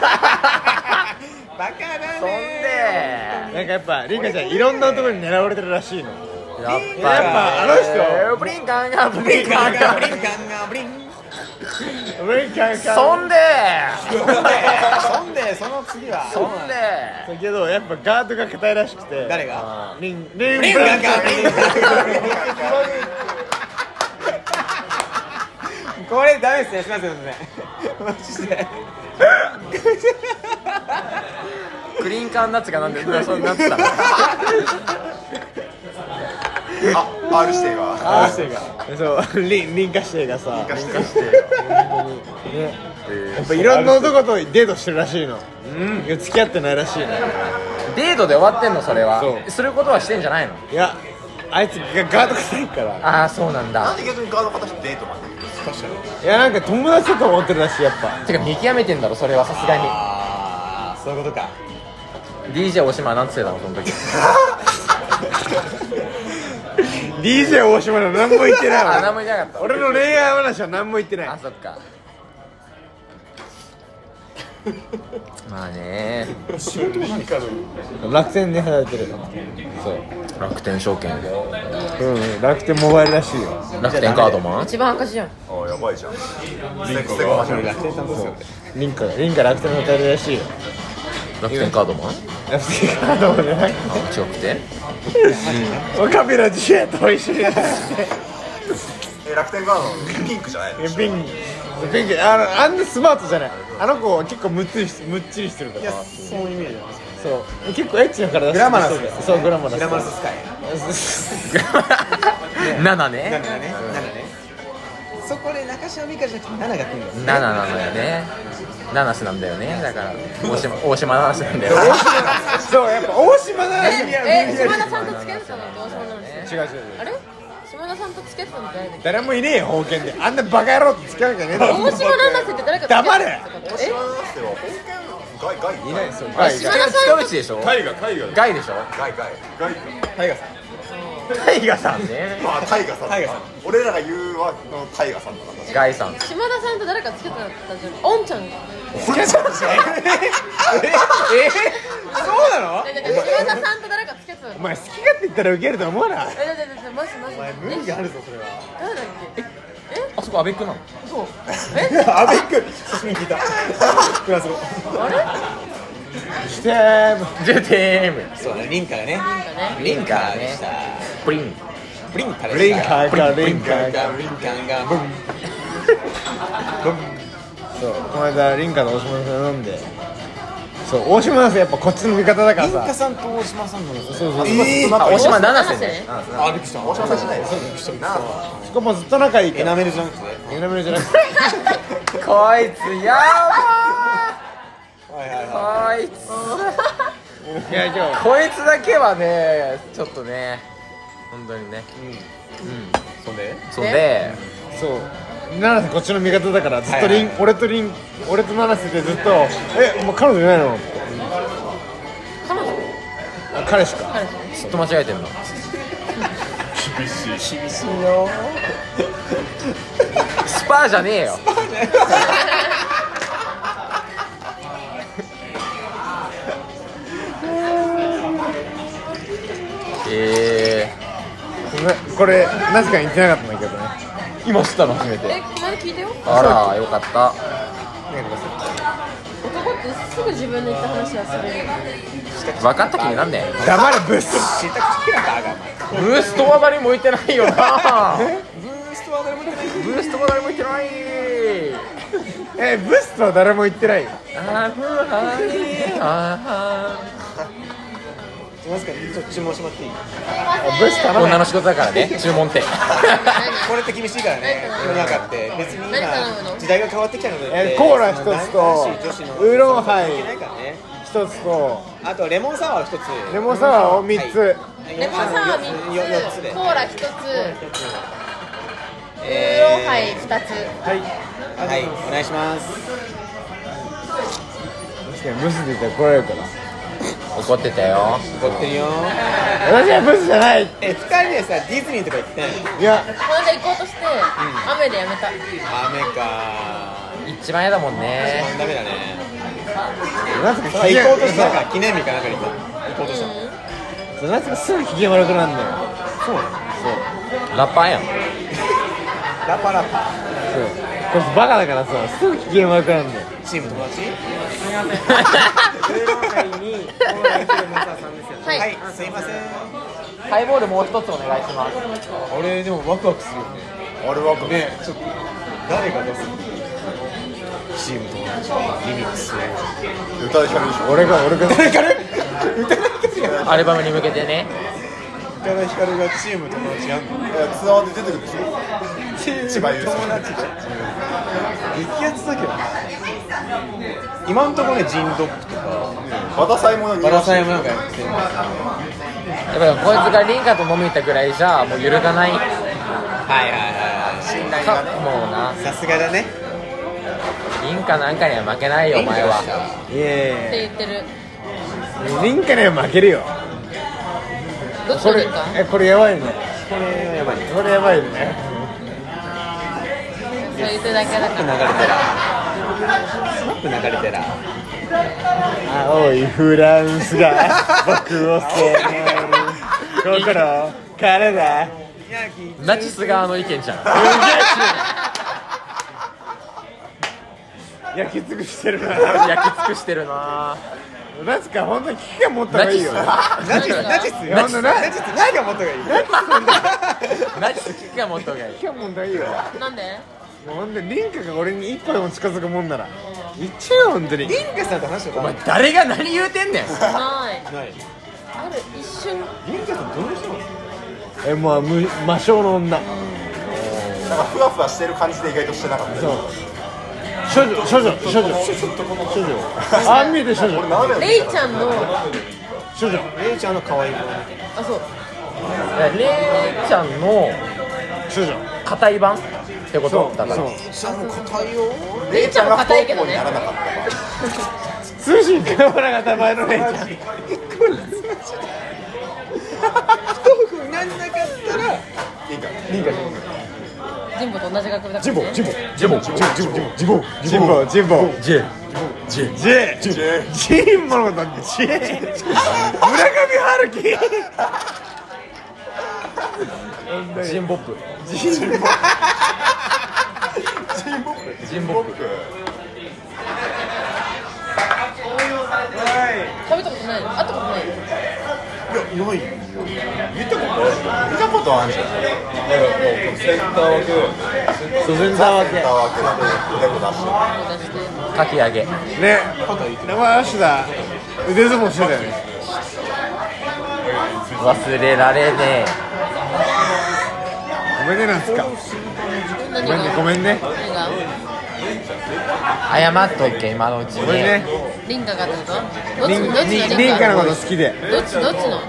S1: そん
S3: ぱ
S1: で
S3: なんかやっぱリンカちゃんいろんな男に狙われてるらしいの
S1: やっ
S3: やっぱあの人
S1: ブリンカンがブリ
S6: リ
S1: ン
S6: ン
S1: カ
S6: カ
S1: ン
S6: ン
S1: が
S6: ガンリンカンガンリン
S3: ブリンカンカン
S1: そんで
S6: そんでその次は
S1: そん で
S3: だけどやっぱガードが硬いらしくて
S6: 誰が
S3: リンリン
S6: リン
S3: ブ
S6: カンガンリンこれダメですねすみませんすみませんマジで
S1: クリンカンナッツがなんで そんなってたの
S4: あ R 指定が
S6: あしてが
S3: そうリンリンカ指定がさ
S4: リンカ指定が
S3: やっぱいろんな男とデートしてるらしいのうん付き合ってないらしいね
S1: デートで終わってんのそれは
S3: そう
S1: することはしてんじゃないの
S3: いやあいつがガード硬いから
S1: ああそうなん
S4: なん
S1: だ
S4: で逆にガード形デートまで
S3: いやなんか友達だと思ってるらしいやっぱ
S1: てか見極めてんだろそれはさすがに
S6: あーそういうことか
S1: DJ 大島はなんつってたのその時
S3: DJ 大島の何も言ってない
S1: あ何
S3: わ
S1: も言いなかった
S3: 俺の恋愛話は何も言ってない
S1: あそっか まあね
S3: 楽天で働いてる
S1: 楽天証券
S3: うん楽天モバイルらしいよ
S1: 楽天カードマン
S2: 一番赤字じゃん
S4: あやばいじゃんセクセクマシュル
S6: 楽天さんですよね
S3: リンカリンカ楽天の働いてるらしいよ
S1: 楽天カードマン
S3: 楽天カードもね
S1: あ違くて
S3: 岡部の自衛と一緒にやって
S4: え楽天ガードのピンクじゃないの
S3: ピンピンクあのあんなスマートじゃないあの子結構むっつりしむっちりしてるから
S6: そういうイメージなんですよ
S3: そう結構エッチな体してる
S6: グラマラス
S3: そうグラマ ラス
S6: ラマルススカイ
S1: 7ね
S6: 7だね7ねそこで中島美嘉じゃなくて7が来るんだ
S1: 7なのよね七瀬なんだよねだから大島大島七瀬なんだよ
S3: そうやっぱ大島だ
S2: え
S3: らしい
S2: え島田さんとつけてたのって大島なの
S3: 違う違う違う
S2: あれ島田さんとつけてたのって誰だっけ
S3: 誰もいねえよ封建であんなバカ野郎って付き合うわけねえだろ
S2: 大島七瀬って誰か
S3: 黙れ
S2: つけてたってこと
S4: ガイガイいないですよ
S3: はい
S2: 島田さん
S1: 近打ちでしょ
S5: タイガタイガ
S1: ガイでしょ
S4: ガイガイ
S5: ガイ
S6: タイガーさん
S1: タイガさんね
S4: まあタイガさん
S6: タイガさん
S4: 俺らが言うはのタイガさんだから
S1: ガイさん
S2: え島田さんと誰かつけてたのって言ったじゃんオンちゃんが
S6: えそうなの
S2: えだから島田さんと誰かつけてたの
S3: お前好き勝手言ったらウケると思わない
S2: えだってだってマジマジ
S6: 無理があるぞそれは
S2: 誰だっけ
S1: あそこ阿部君なの
S2: そうえ
S6: 阿部君久しぶりに聞いたクラス語
S2: あれなんか
S3: してーも
S1: ジュテーム
S6: そうだねリンカがね
S2: ね
S6: リンカでした
S1: プリン
S6: ブリンカで
S3: う
S6: し
S3: リン
S6: た
S3: カーかリンカーか
S6: リンカンがブン
S3: そうこの間リンカと大島さん飲んでそう大島さんやっぱこっちの味方だか
S6: リン
S3: ら
S6: カ
S3: さ
S6: さんと大島さんのそう
S3: そうそう
S1: あ大島七瀬ね
S2: ねあ
S6: あびっくりした大島さんじゃないよびっくりしたびっくりした
S3: そこもずっと仲いいか
S6: エナ
S3: ら
S6: メルじゃなくてね
S3: エナメルじゃなくて
S1: こいつや
S6: はいはいはい
S1: ばーこいつ
S3: いや今日
S1: こいつだけはねちょっとね本当にね
S6: そんで
S1: そんで
S3: そう七瀬こっちの味方だからずっとリン、
S6: はい
S3: 俺とリン俺と七瀬でずっと「えもう彼女いないの?」って
S2: 彼女
S3: あ彼氏か
S2: 彼女
S1: ずっと間違えてんの
S6: 厳しいよ
S1: スパーじゃねえよえ
S3: ごめんこれなぜか言ってなかったんだけどね
S1: 今知ったの初めて
S2: えこの間聞いたよ
S1: あらよかった
S2: 男ってすぐ自分で言った話はする
S1: 分かった気になんね
S3: 黙れブス
S1: ブーストは誰も向いてないよなブーストは誰も向いてない
S3: えブスとは誰も言ってないよ
S1: ブーストは誰も向いてないあ
S6: すみませんちょっと注文してもらっていい
S3: ブス
S1: ー
S3: 頼む
S1: 女の仕事だからね注文 って
S6: これって厳しいからね世の中って別に
S2: 何頼む
S6: 今
S2: の
S6: 時代が変わってきたので
S3: えコーラ一つとウーロンハイ一つと
S6: あとレモンサワー一つ
S3: レモンサワーを三つ
S6: はい
S2: レモンサワー
S6: よよ
S2: 3
S6: 四つ
S2: つ
S6: で
S2: コーラ1つウーロンハイ2つ
S6: はいお願いします
S3: 確かにブスって言ったら怒られるから
S1: 怒ってたよ
S6: 怒ってるよ
S3: 私はブスじゃない
S6: え二人でさディズニーとか行ってない
S3: いや
S2: この間行こうとして雨でやめた
S6: 雨か
S1: 一番嫌だもんね
S6: ダメだね
S3: なぜか
S6: 行こうとしたなんか記念日かなんかに行こうとしたの
S3: なぜかすぐ機嫌悪くなるんだよ
S1: ラッパー やん
S6: ラパラパ
S3: そうこいつバカだからさすぐ機嫌悪くなるんだよ
S6: チーム友達
S2: はい、
S6: はいすいません
S1: ハイボールもう一つお願いします
S6: あれでもワクワクするよね
S4: あれはごめん
S6: ねちょっと誰が出すチーム友達リミックスね
S4: 歌い光るでしょ
S3: 俺が俺が
S6: 誰かね宇多田ヒカルが
S1: アルバムに向けてね
S6: 宇多田ヒカルがチーム友達やんの
S4: いやツアーで出てくるでしょ
S6: チー
S4: 千
S6: ム
S4: 葉雄
S6: 友達激アツだけど今んところねジンドップとか
S4: バタサイもなんか
S6: バラサイもなんかやってるは
S1: やっぱりこいつがリンカと飲み行ったぐらいじゃもう揺るがないか
S6: いはいはい
S1: もうな
S6: さすがだね
S1: リンカなんかには負けないよお前は
S2: って言ってる
S3: リンカには負けるよ
S2: どっち
S3: こ
S2: の
S3: れ
S2: 結果
S3: えこれやばいね
S6: これはやばい
S3: これやばいね
S2: そう言ってるだけだか
S6: 流れ
S2: ら
S6: てらスマップ流れてら
S3: 青いフランスが 僕を攻める心からだ
S1: ナチス側の意 見じゃん
S3: 焼き尽くしてるな
S1: 焼き尽くしてるな
S3: なぜか本当に危機感持った方がいいよ
S1: ナ
S6: ナチスナチスよナチスナチス何がもっとがいい
S1: ナチス危機感持った方がいい
S3: 危機感持った方がいいよ
S2: なんで
S3: もうほんでリンカが俺に一歩でも近づくもんなら言っちゃうよ本当に
S6: リンカさんと話した
S1: お
S6: こと
S1: 前
S6: ある
S1: 誰が何言うてんねん
S2: ない
S6: ない
S2: ある一瞬
S6: リンカさんどの人なの
S3: えもう無魔性の
S4: なん
S3: 女
S4: かふわふわしてる感じで意外としてなかった
S3: そう処女処女処女処女ああ見えて処女
S4: 斜め
S2: レイちゃんのあ
S3: 処女
S6: レイちゃんの可愛い子
S2: そう
S1: レイちゃんの
S3: 処女
S1: 硬い版ってことだから
S2: レイちゃんも硬いけどね
S3: 通信変わらなかった前のレイちゃん
S6: 豆腐になんなかったら
S4: いいか
S2: ジンボと同じ学部だから、ね、ジン
S3: ジンボジンボジンボジンボジンボジンボジェジェジェジェジンボのことジェ村上春樹
S1: ジンボップジンボップジンボップ
S2: 食べたことないの会ったことない
S4: 見
S2: の
S4: たことある見たことあるじゃんなんかもうセンター分け
S3: 祖先だわ
S4: センター分けで猫出してる
S2: 顔出して
S1: かき揚げ
S3: ね名前足だ腕相撲してたよね
S1: 忘れられね
S3: ごめんねなんすか
S2: 何
S3: ごめんねご
S2: が
S3: めんね
S2: 何が
S1: え謝っとけ今のうち
S3: ごめんね
S1: に
S2: リンカがってことどっ
S3: リ
S2: ち
S3: ン
S2: のどっち
S3: リ
S2: の
S3: ンリンカのこ
S2: の
S3: と好きで
S2: どっちどっちの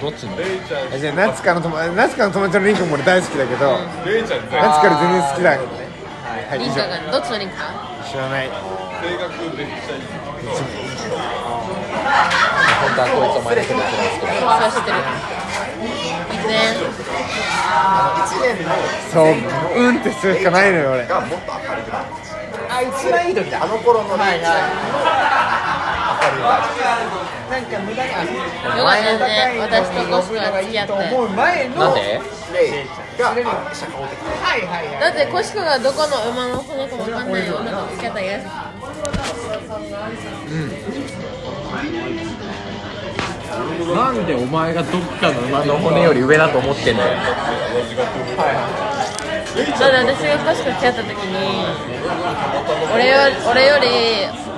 S1: どっちの
S3: えじゃあ夏香の友達夏香の友達のリンカも俺大好きだけど
S5: レイちゃん
S3: 夏香より全然好きだけどねはいはい
S2: リ
S3: 以
S2: ン
S3: 上
S2: カがどっちのリンカ
S3: 知らない
S5: 性格めっちゃいい
S1: 本当はこいつお前だけどやってますけど
S2: それは知ってるいいね
S3: そううんってするしかないのよ俺
S4: がもっと明るくなる
S6: あ一番いい時だ
S4: あの頃のレイちゃん
S7: なんか無駄に
S2: よかったね私とコシコが付き合って
S7: 思う前の
S1: なんで
S4: レイが
S7: はいはいはい
S2: だってコシコがどこの馬の骨かわかんないような付き合ったやつ
S8: なんでお前がどっかの馬
S1: あの骨より上だと思ってんのよ
S2: そうだ私がコシコ付き合った時に俺よ俺より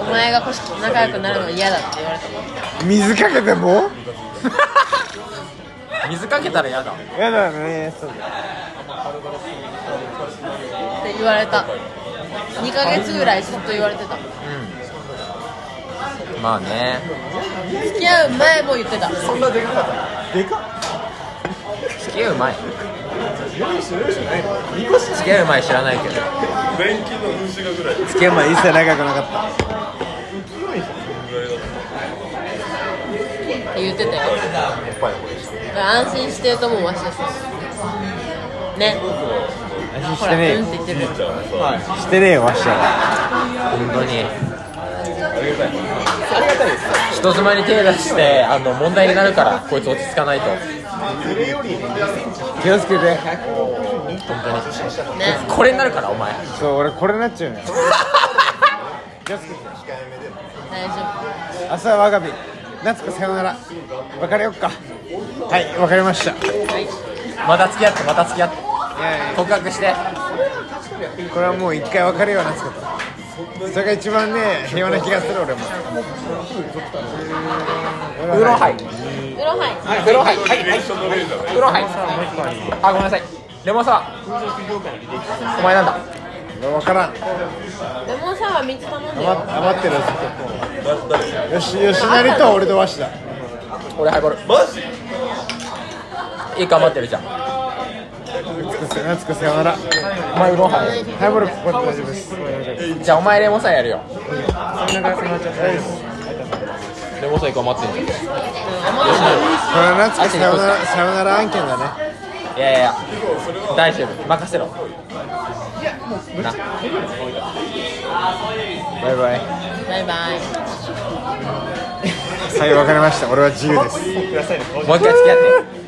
S2: お前がコシコと仲良くなるの嫌だって言われたもん
S3: 水かけても
S1: 水かけたら嫌だ
S3: やだねそう
S2: って言われた2ヶ月ぐらいずっと言われてた
S1: まあね
S2: 付き合う前も言ってた
S4: そんなでかかった
S1: 付き合う前付き合う前知らないけど
S5: 年金の風刺画ぐらい
S3: 付き合う前一切仲良くなかった
S2: 言ってたよ安心してると思うわしですね
S3: 安心
S2: ほ
S3: して
S2: ら
S3: ねえ
S2: うんっ
S3: よ
S2: て言ってるそう
S3: してねえよわしは
S1: 本当に人妻に手出してあの問題になるからこいつ落ち着かないと
S3: 気をつけて
S1: 本当にこれになるからお前
S3: そう俺これなっちゃうのよ
S2: 大丈夫
S3: 明日は我が身夏子さよなら別れよっかはい別れましたい
S1: また付き合ってまた付き合って
S3: やい
S1: 告白して
S3: やこれはもう一回別れよう夏子とそれが一番ね平和な気がする俺
S1: ウ
S3: も
S1: ーロンハイ
S2: ウーロンハイ
S1: ウーロンハイはい
S5: 履歴書の例じゃない
S1: ウーロンハイあごめんなさいレモンサワーお前なんだ
S3: 分からん
S2: レモンサワー3つ頼んでよ
S3: 余余ってるやつよし吉成と俺とわしだ
S1: 俺ハイボール
S5: マジ
S1: いいか待ってるじゃん
S3: 夏子さよな
S1: お
S3: ら
S1: 前ウーロンハイ
S3: ハイボールここで大丈夫です
S1: じゃあお前レモンサワーやるよレモンサワー行こう待ってる
S3: これは夏子さよならさよなら案件だね
S1: いやいや大丈夫任せろ
S3: バイバイ
S2: バイバイ
S3: はい分かりました俺は自由です
S1: もう一回付き合って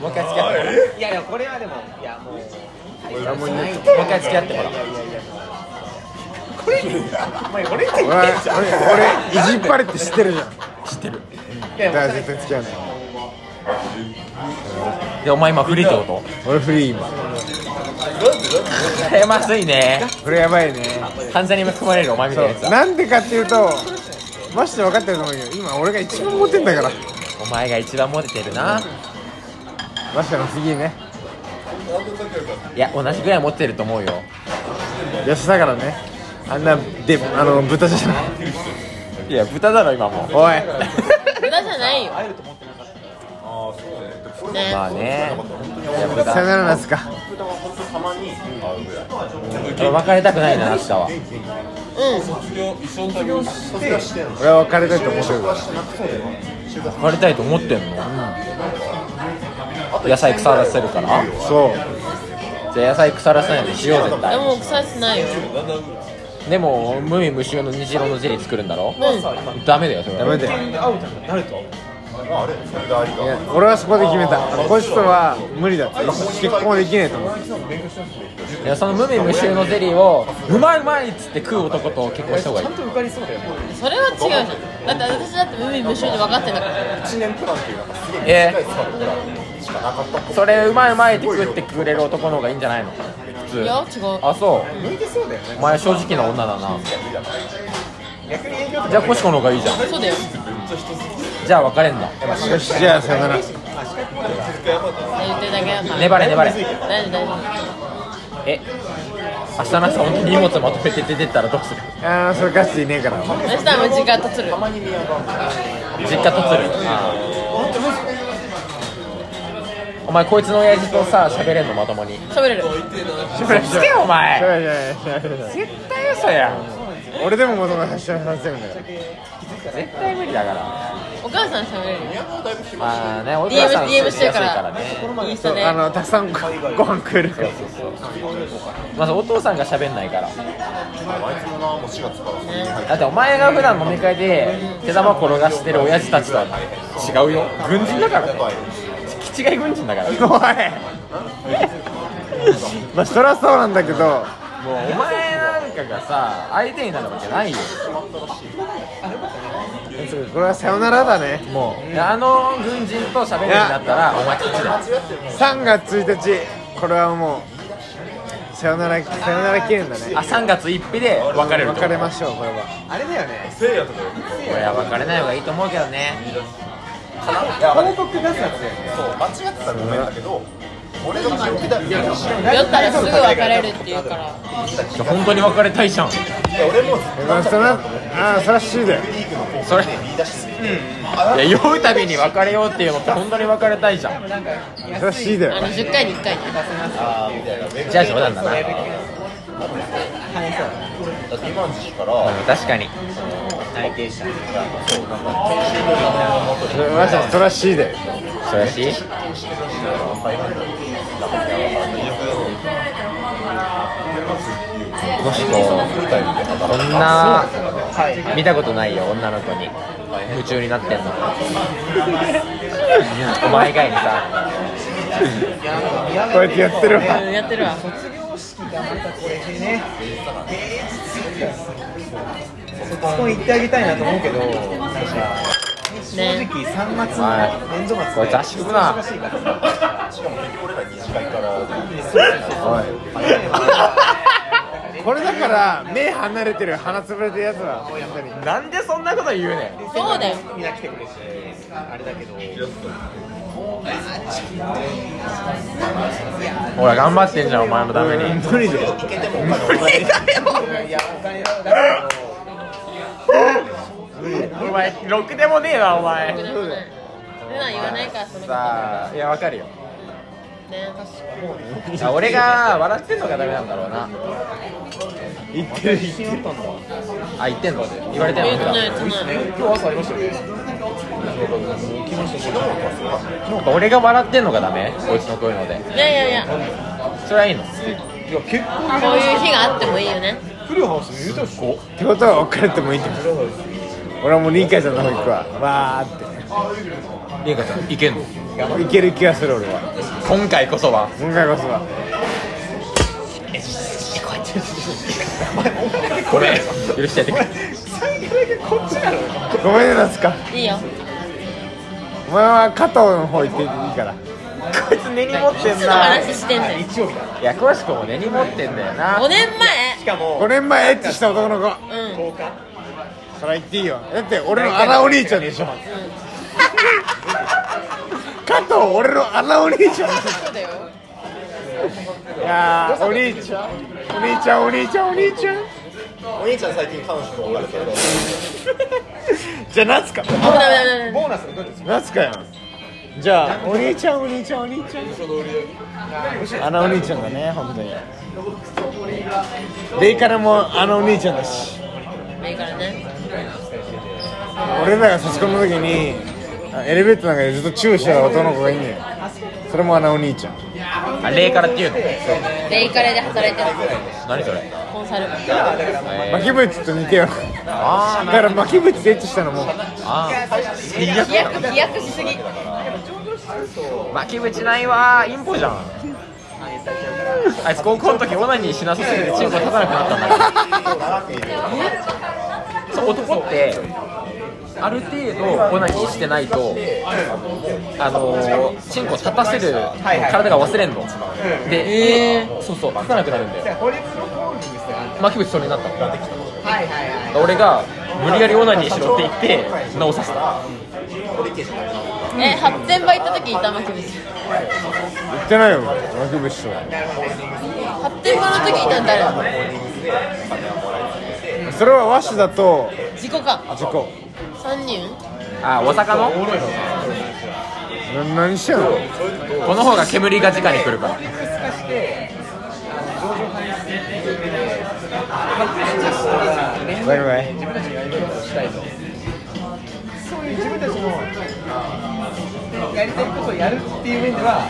S1: もう一回付き合って
S7: いやいやこれはでもいやもう
S1: もう一回付き合ってほら
S3: 俺は俺俺いじっぱれって知ってるじゃん知ってるだから絶対付き合わない
S1: でお前今フリーってこ
S3: 俺フリー
S1: と
S3: 今
S1: それまずいね
S3: これやばいね
S1: 完全に含まれるお前みたいなやつは
S3: なんでかっていうとマジで分かってると思うよ今俺が一番モテんだから
S1: お前が一番モテてるな
S3: マシの次ね
S1: いや同じぐらいモテてると思うよ
S3: 安だからねあんなであの豚じゃない
S1: いや豚だろ今も
S3: おい
S2: 無駄じゃないよね
S1: まあね
S3: さよなら夏か
S1: 別れたくないな明日は
S3: 俺は別れたいと思ってるから
S1: 別れたいと思ってんの、野菜腐らせるから
S3: そう
S1: じゃあ野菜腐らせないようにしよう絶
S2: で
S1: 対
S2: も臭いしないよ
S1: でも無味無臭の虹色のゼリー作るんだろ、ダメだよそれ
S3: や
S1: は
S3: めていや俺はそこで決めたこいつとは無理だって結婚できねえと思う
S1: いやその無味無臭のゼリーをうまいうまいっつって食う男と結婚した方がいい
S2: それは違うじゃんだって私だって無味無臭で分かってんだから
S1: えーそれうまいうまいって食ってくれる男の方がいいんじゃないの普通
S2: いや違う
S1: あそうお前正直な女だなじゃあコシコの方がいいじゃん
S2: そうだよ
S1: じゃあ別れんだ
S3: よしじゃあさよなら
S2: 言ってるだけだから
S1: 粘れ粘れ
S2: 大丈夫大丈
S1: え明日の朝本当に荷物まとめて出てったらどうする
S3: ああそれガチでいねえから
S2: 夫明日はもう時間とつる
S1: 実家とつるお前こいつの親父とさ喋れんのまともに
S2: 喋れる
S1: 喋れんお前
S3: いやいやいやいや
S1: 絶対嘘やん
S3: 俺でも元が発祥に話せるんだから
S1: 絶対無理だから
S2: お母さん喋れるよ
S4: 宮川だいぶ暇して
S1: まあねお母さん
S2: DM してる
S1: やす
S2: か
S1: い
S2: ら
S1: からね
S2: インス
S3: そ
S2: タ
S3: う
S2: で
S3: あのたくさんごご飯食えるから
S1: まずお父さんが喋んないから
S4: あいつもなもう4月から
S2: ね
S1: だってお前が普段飲み会で手玉転がしてる親父たちとは違うよ軍人だからね気違い軍人だからもう
S3: おいまあそりゃそうなんだけど
S1: お前なんかがさ相手になるわけないよ
S3: これはさよならだね
S1: もうあの軍人と喋るようになったらお前勝ちだよ
S3: 3月1日これはもうさよならさよなら記念だね
S1: あ3月1日で別れるってこと
S3: 別れましょうこれは
S6: あれだよね
S5: せいやとかよ
S1: 俺は別れない方がいいと思うけどね
S6: 広告ガスだったよね
S4: そう間違ってたらごめんだけど俺の記憶だいや
S2: 酔ったらすぐ別れるっていうから
S1: 本当に別れたいじゃん
S4: 俺も
S3: まあそれはあーそれは C だよ
S1: それいや酔うたびに別れようっていうのって本当に別れたいじゃん
S3: それは C だ
S2: あ
S3: よ
S2: の10回に1回ね
S1: じゃあ冗談だな
S4: だって今の時期から
S1: うん確かに
S3: それはそれは C だよ
S1: そうやしもしこう女見たことないよ女の子に夢中になってんのお前以外にさ
S3: こうやってやってるわ
S2: うんやってるわ
S7: ね
S6: そこ行ってあげたいなと思うけどなんか正
S2: ね
S6: 直三月の年度末
S1: これ雑誌組むな
S6: 忙しいから
S3: これだから目離れてる鼻つぶれてるやつは
S1: なんでそんなこと言うねん
S2: そうだよ
S6: みんな来てくれるしあれだけど
S1: ほら頑張ってんじゃんお前のために
S3: 無理だよ
S6: いやお金だから
S1: お前ろくでもねえなお前
S2: 普段言わないからそのこと
S1: さあいやわかるよ
S2: ね
S1: あ俺が笑ってんのがダメなんだろうな
S6: 言ってる言ってるの
S1: あ言ってんの言われてん
S2: 言う
S1: の
S2: とないとない
S6: 今日朝ありましたよね
S1: なんか俺が笑ってんのがダメこいつのこういうので
S2: いやいやいや
S1: それはいいの
S6: いや結構
S2: こういう日があってもいいよね
S6: フルハウス言うたしょ
S3: ってことは別れてもいいってこと俺はもうリンカちゃんの方行くわわー
S1: りんかちゃんいけんの
S3: っていける気がする俺は
S1: 今回こそは
S3: 今回こそは
S1: これ許してやってくれ
S6: 最後だけこっちなの
S3: ごめんね夏か
S2: いいよ
S3: お前は加藤の方行っていいから
S1: こいつ根に持ってん
S2: ちょっと
S1: な
S2: 話してんだよ
S6: 日曜日だ
S1: いや詳しくも根に持ってんだよな
S2: 5年前
S6: しかも
S3: 5年前エッチした男の子
S2: うん
S6: 10日
S3: それ言っていいよだって俺の荒お兄ちゃんで しょ加藤俺の荒お兄ちゃんでし
S2: そうだよ
S3: ょいやーお兄ちゃんお兄ちゃんお兄ちゃんお兄ちゃん
S4: お兄ちゃん最近彼女とおるけど
S3: じゃあ夏か
S2: ダメダメダメ
S6: ボーナスがどうやって
S3: 夏かよじゃあお兄ちゃんお兄ちゃんお兄ちゃん穴お兄ちゃんだね本当にレイからもあのお兄ちゃんだし
S2: ダメいいからね
S3: 俺らが差し込む時にあエレベーターの中でずっとチューしてる男の子がいんのよそれも穴お兄ちゃん
S1: あ例からっていうの
S2: レイカレで働いてる
S1: 何それ
S2: コンサル
S3: 巻渕と似てよ
S1: あ
S3: だから巻渕でエッチしたのも
S1: あ
S2: 飛躍飛躍しすぎ
S1: 巻き口ないわインポじゃんあいつ高校の時オナニーしなさすぎてチンコ立たなくなったんだからそう男ってある程度オナニーしてないとあのー、チンコ立たせる体が忘れんので、そうそう立たなくなるんだよ
S6: ホリプロホールディングスがある
S1: 巻き口それになったの
S7: はいはいはい
S1: 俺が無理やりオナニーしろって言って直させた
S2: え発展場行った時いた巻き口
S3: 言ってないよ巻渕とは
S2: 発展場の時いたんだ誰
S3: それは鷲田と
S2: 事故か
S3: 事故
S2: 3人
S1: あ大阪の
S3: な何してんの
S1: この方が煙が直に来るから
S6: 年
S3: わかるわい
S7: 自分たちのやりたいことをしたいとそういう自分たちのやりたいことをやるっていう面では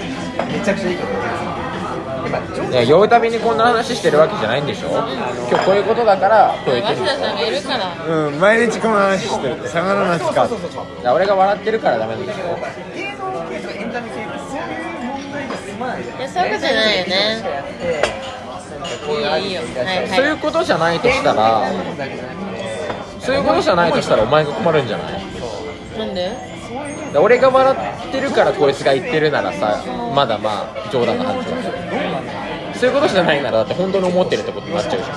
S7: めちゃくちゃいいことだと思うやっぱ
S1: ね酔うたびにこんな話してるわけじゃないんでしょ今日こういうことだからこう言ってる
S2: 鷲田さんがいるから
S3: うん毎日この話してる下がらなきか
S7: そうそうそう
S1: だから俺が笑ってるからダメなんでしょ
S7: 芸能系とかエンタメ系ってそういう問題が済まないじゃない
S2: いやそういうことじゃないよね
S7: やって
S2: いいよいいよはい
S1: そういうことじゃないとした
S7: だ
S1: ら
S7: けじゃなくて
S1: そういうことじゃないとしたらお前が困るんじゃないだか
S2: なんで
S1: ら俺が笑ってるからこいつが言ってるならさまだまあ冗談の話だけどそういうことじゃないならだって本当に思ってるってことになっちゃうじゃん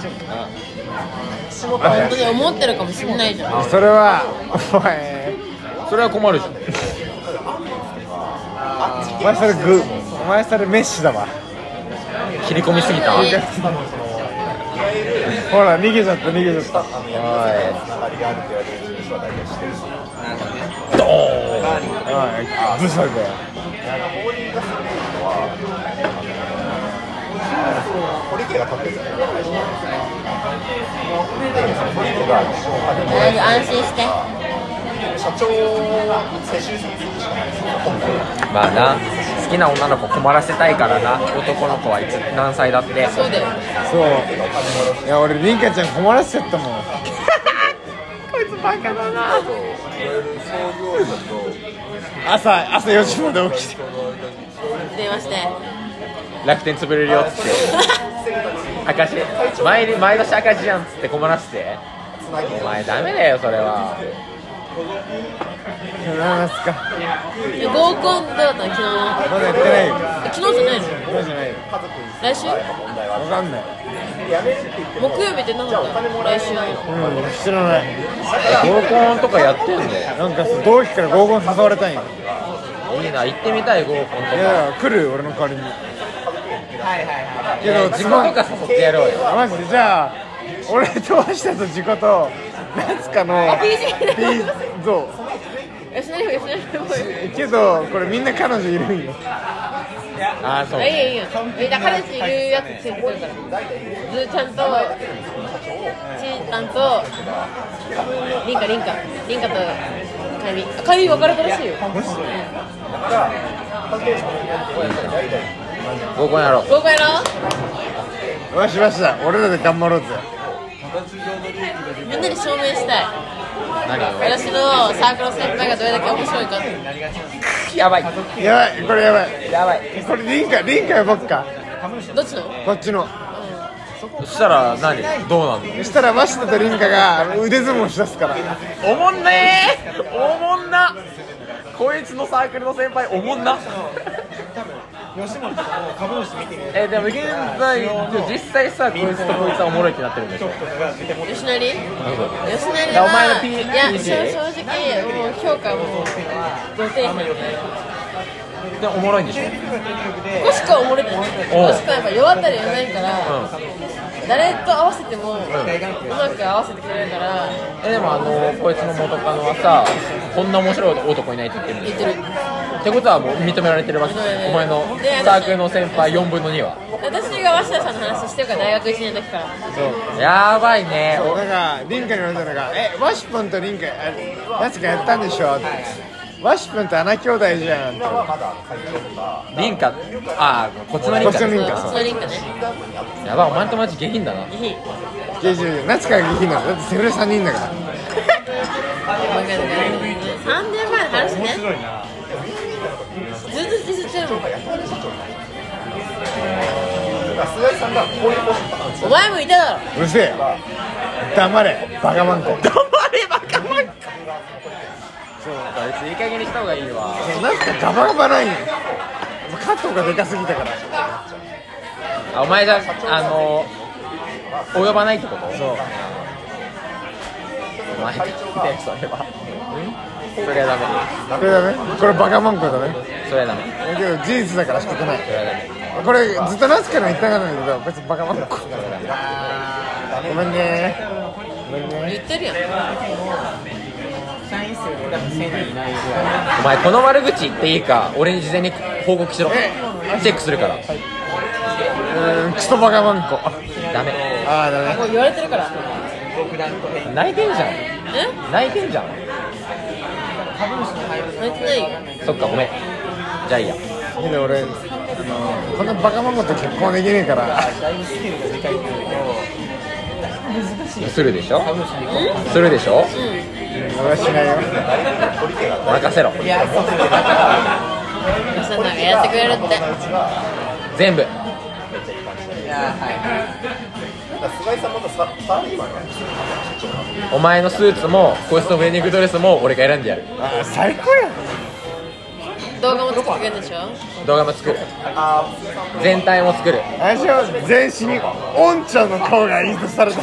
S2: 本当に思ってるかもしれないじゃん
S3: それはお前
S1: それは困るじゃん
S3: お前それグお前それメッシだわ
S1: 切り込みすぎたおい
S3: ほら逃げちゃった逃げちゃっ
S1: ドーン
S3: たおいブサだよ
S4: 堀池が立ってるじゃない
S2: 大丈夫安心して
S4: 社長を世襲するしかないですよ本来は
S1: まあな好きな女の子困らせたいからな男の子はいつ何歳だって
S2: そうだよ
S3: そういや俺リンカちゃん困らせちゃったもん
S5: あといわゆる創業者と
S3: 朝朝4時まで起きて
S5: その間に
S2: 電話して
S1: 楽天潰れるよっつって赤字毎年毎年赤字やんっつって困らせてお前ダメだよそれは
S3: 何すか
S2: え合コンどうだったの昨日の
S3: まだやってないよ
S2: え昨日じゃないの
S3: そうじゃないよ
S2: 来週
S3: 分かんない
S2: 木曜日って何だったの来週の
S3: うん知らない
S1: 合コンとかやってんだよ
S3: なんか同期から合コン誘われたんよ
S1: いいな行ってみたい合コンと
S3: い
S1: か
S3: や来る俺の代わりに
S7: はいはいはい
S3: けど
S1: 自己
S3: 自己
S1: とか誘ってやろうよ
S3: マジでじゃあ俺と明日と自己と夏かの
S2: あ PG だ
S3: ビーそう
S2: 吉成君吉成君
S3: けどこれみんな彼女いるんよ
S1: ああそう
S2: あいいよいいよえだから彼氏いるやつついてくるからずーちゃんとちーたんとりんかりんかりんかとかゆみあかゆみ別れたらしいよ
S1: 合コンやろう
S2: 合コンやろ
S3: わしました俺らで頑張ろうぜ
S2: うみんなに証明したい
S1: 何を
S2: 私のサークルの先輩がどれだけ面白いかって
S1: やばい
S3: やばいこれやばい
S1: やばい
S3: これリンカリンカやばっか
S2: どっちの
S3: こっちの
S1: そしたら何どうなんの
S3: そしたらマシタとリンカが腕相撲しだすから
S1: おもんねーおもんなこいつのサークルの先輩おもんな
S6: 吉本の株主見てみる
S1: えでも現在実際さこいつとこいつはおもろいってなってるんでしょ
S2: 吉成吉成
S1: お前の
S2: は
S1: P-
S2: いや
S1: PG
S2: 正正直もう評価もう女性品
S1: でおもろいんでしょ
S2: コシコはおもれてないコシコはやっぱ弱ったりはないから、誰と合わせても、うまく合わせてくれるから
S1: えでもあのこいつの元カノはさこんな面白い男いないって言ってるんでしょ
S2: 言ってる
S1: ってことはもう認められてるわけでしょお前のサークルの先輩4分の2は
S2: 私が鷲田さんの話してるから大学1年の時から
S1: やばいね
S3: そうだからリンカに言われたのが「えワシプンとリンカ夏がやったんでしょ?」って「ワシプンと穴兄弟じゃん」って
S1: リンカああこっちのリン
S3: こっちのリン
S1: カ
S3: カ
S2: そのリンクね
S1: やばいお前の友達下品だな
S3: ゲージで夏から下品なのだってセフレ3人だから
S2: 3年前の話ねずっとディスってるもん
S4: 菅井さんがこういうことだったんですよ
S2: お前もいただろ
S3: うるせえよ黙れバカマンコ
S1: 頑張れバカマンそうか別にいい加減にした方がいいわ
S3: 夏かガバガバないよカットがでかすぎたから
S1: あお前があの及ばないってことそうお前だって それはそれはダメ
S3: これだねこれバカマンコだね
S1: それはダメ
S3: だけど事実だから仕方ない
S1: それはダメ
S3: これずっと夏から言ったかったんだけど別にバカマンコごめんねごめんね
S2: 言ってるやん
S7: 社員数で多分1000人いないぐらい
S1: お前この悪口言っていいか俺に事前に報告しろチェックするから
S3: うーんクソバカマンコ
S1: ダメ
S3: ああだね
S2: もう言われてるから
S7: 独断と偏見
S1: 泣いてんじゃ
S2: え
S1: ん泣いてんじゃん
S7: 株主の配分の
S2: 泣いてないよ
S1: そっかごめんじゃあいいや
S3: いいね俺あのこのバカママと結婚できねえから
S7: だいぶスケールがでかいけど難しい
S1: するでしょ
S7: 株主にこ
S1: するでしょ
S3: 俺はしないよ
S1: 任せろ
S7: ういやそうだか
S2: おさんがやってくれるって
S1: 全部
S7: らいやはい
S4: 菅井さんまたササラリーマンや
S1: お前のスーツもこいつのウェディングドレスも俺が選んでやる
S3: あ最高やん
S2: 動画も作ってくれるんでしょ
S1: 動画も作る全体も作る
S3: 私は全身におんちゃんの顔が印刷された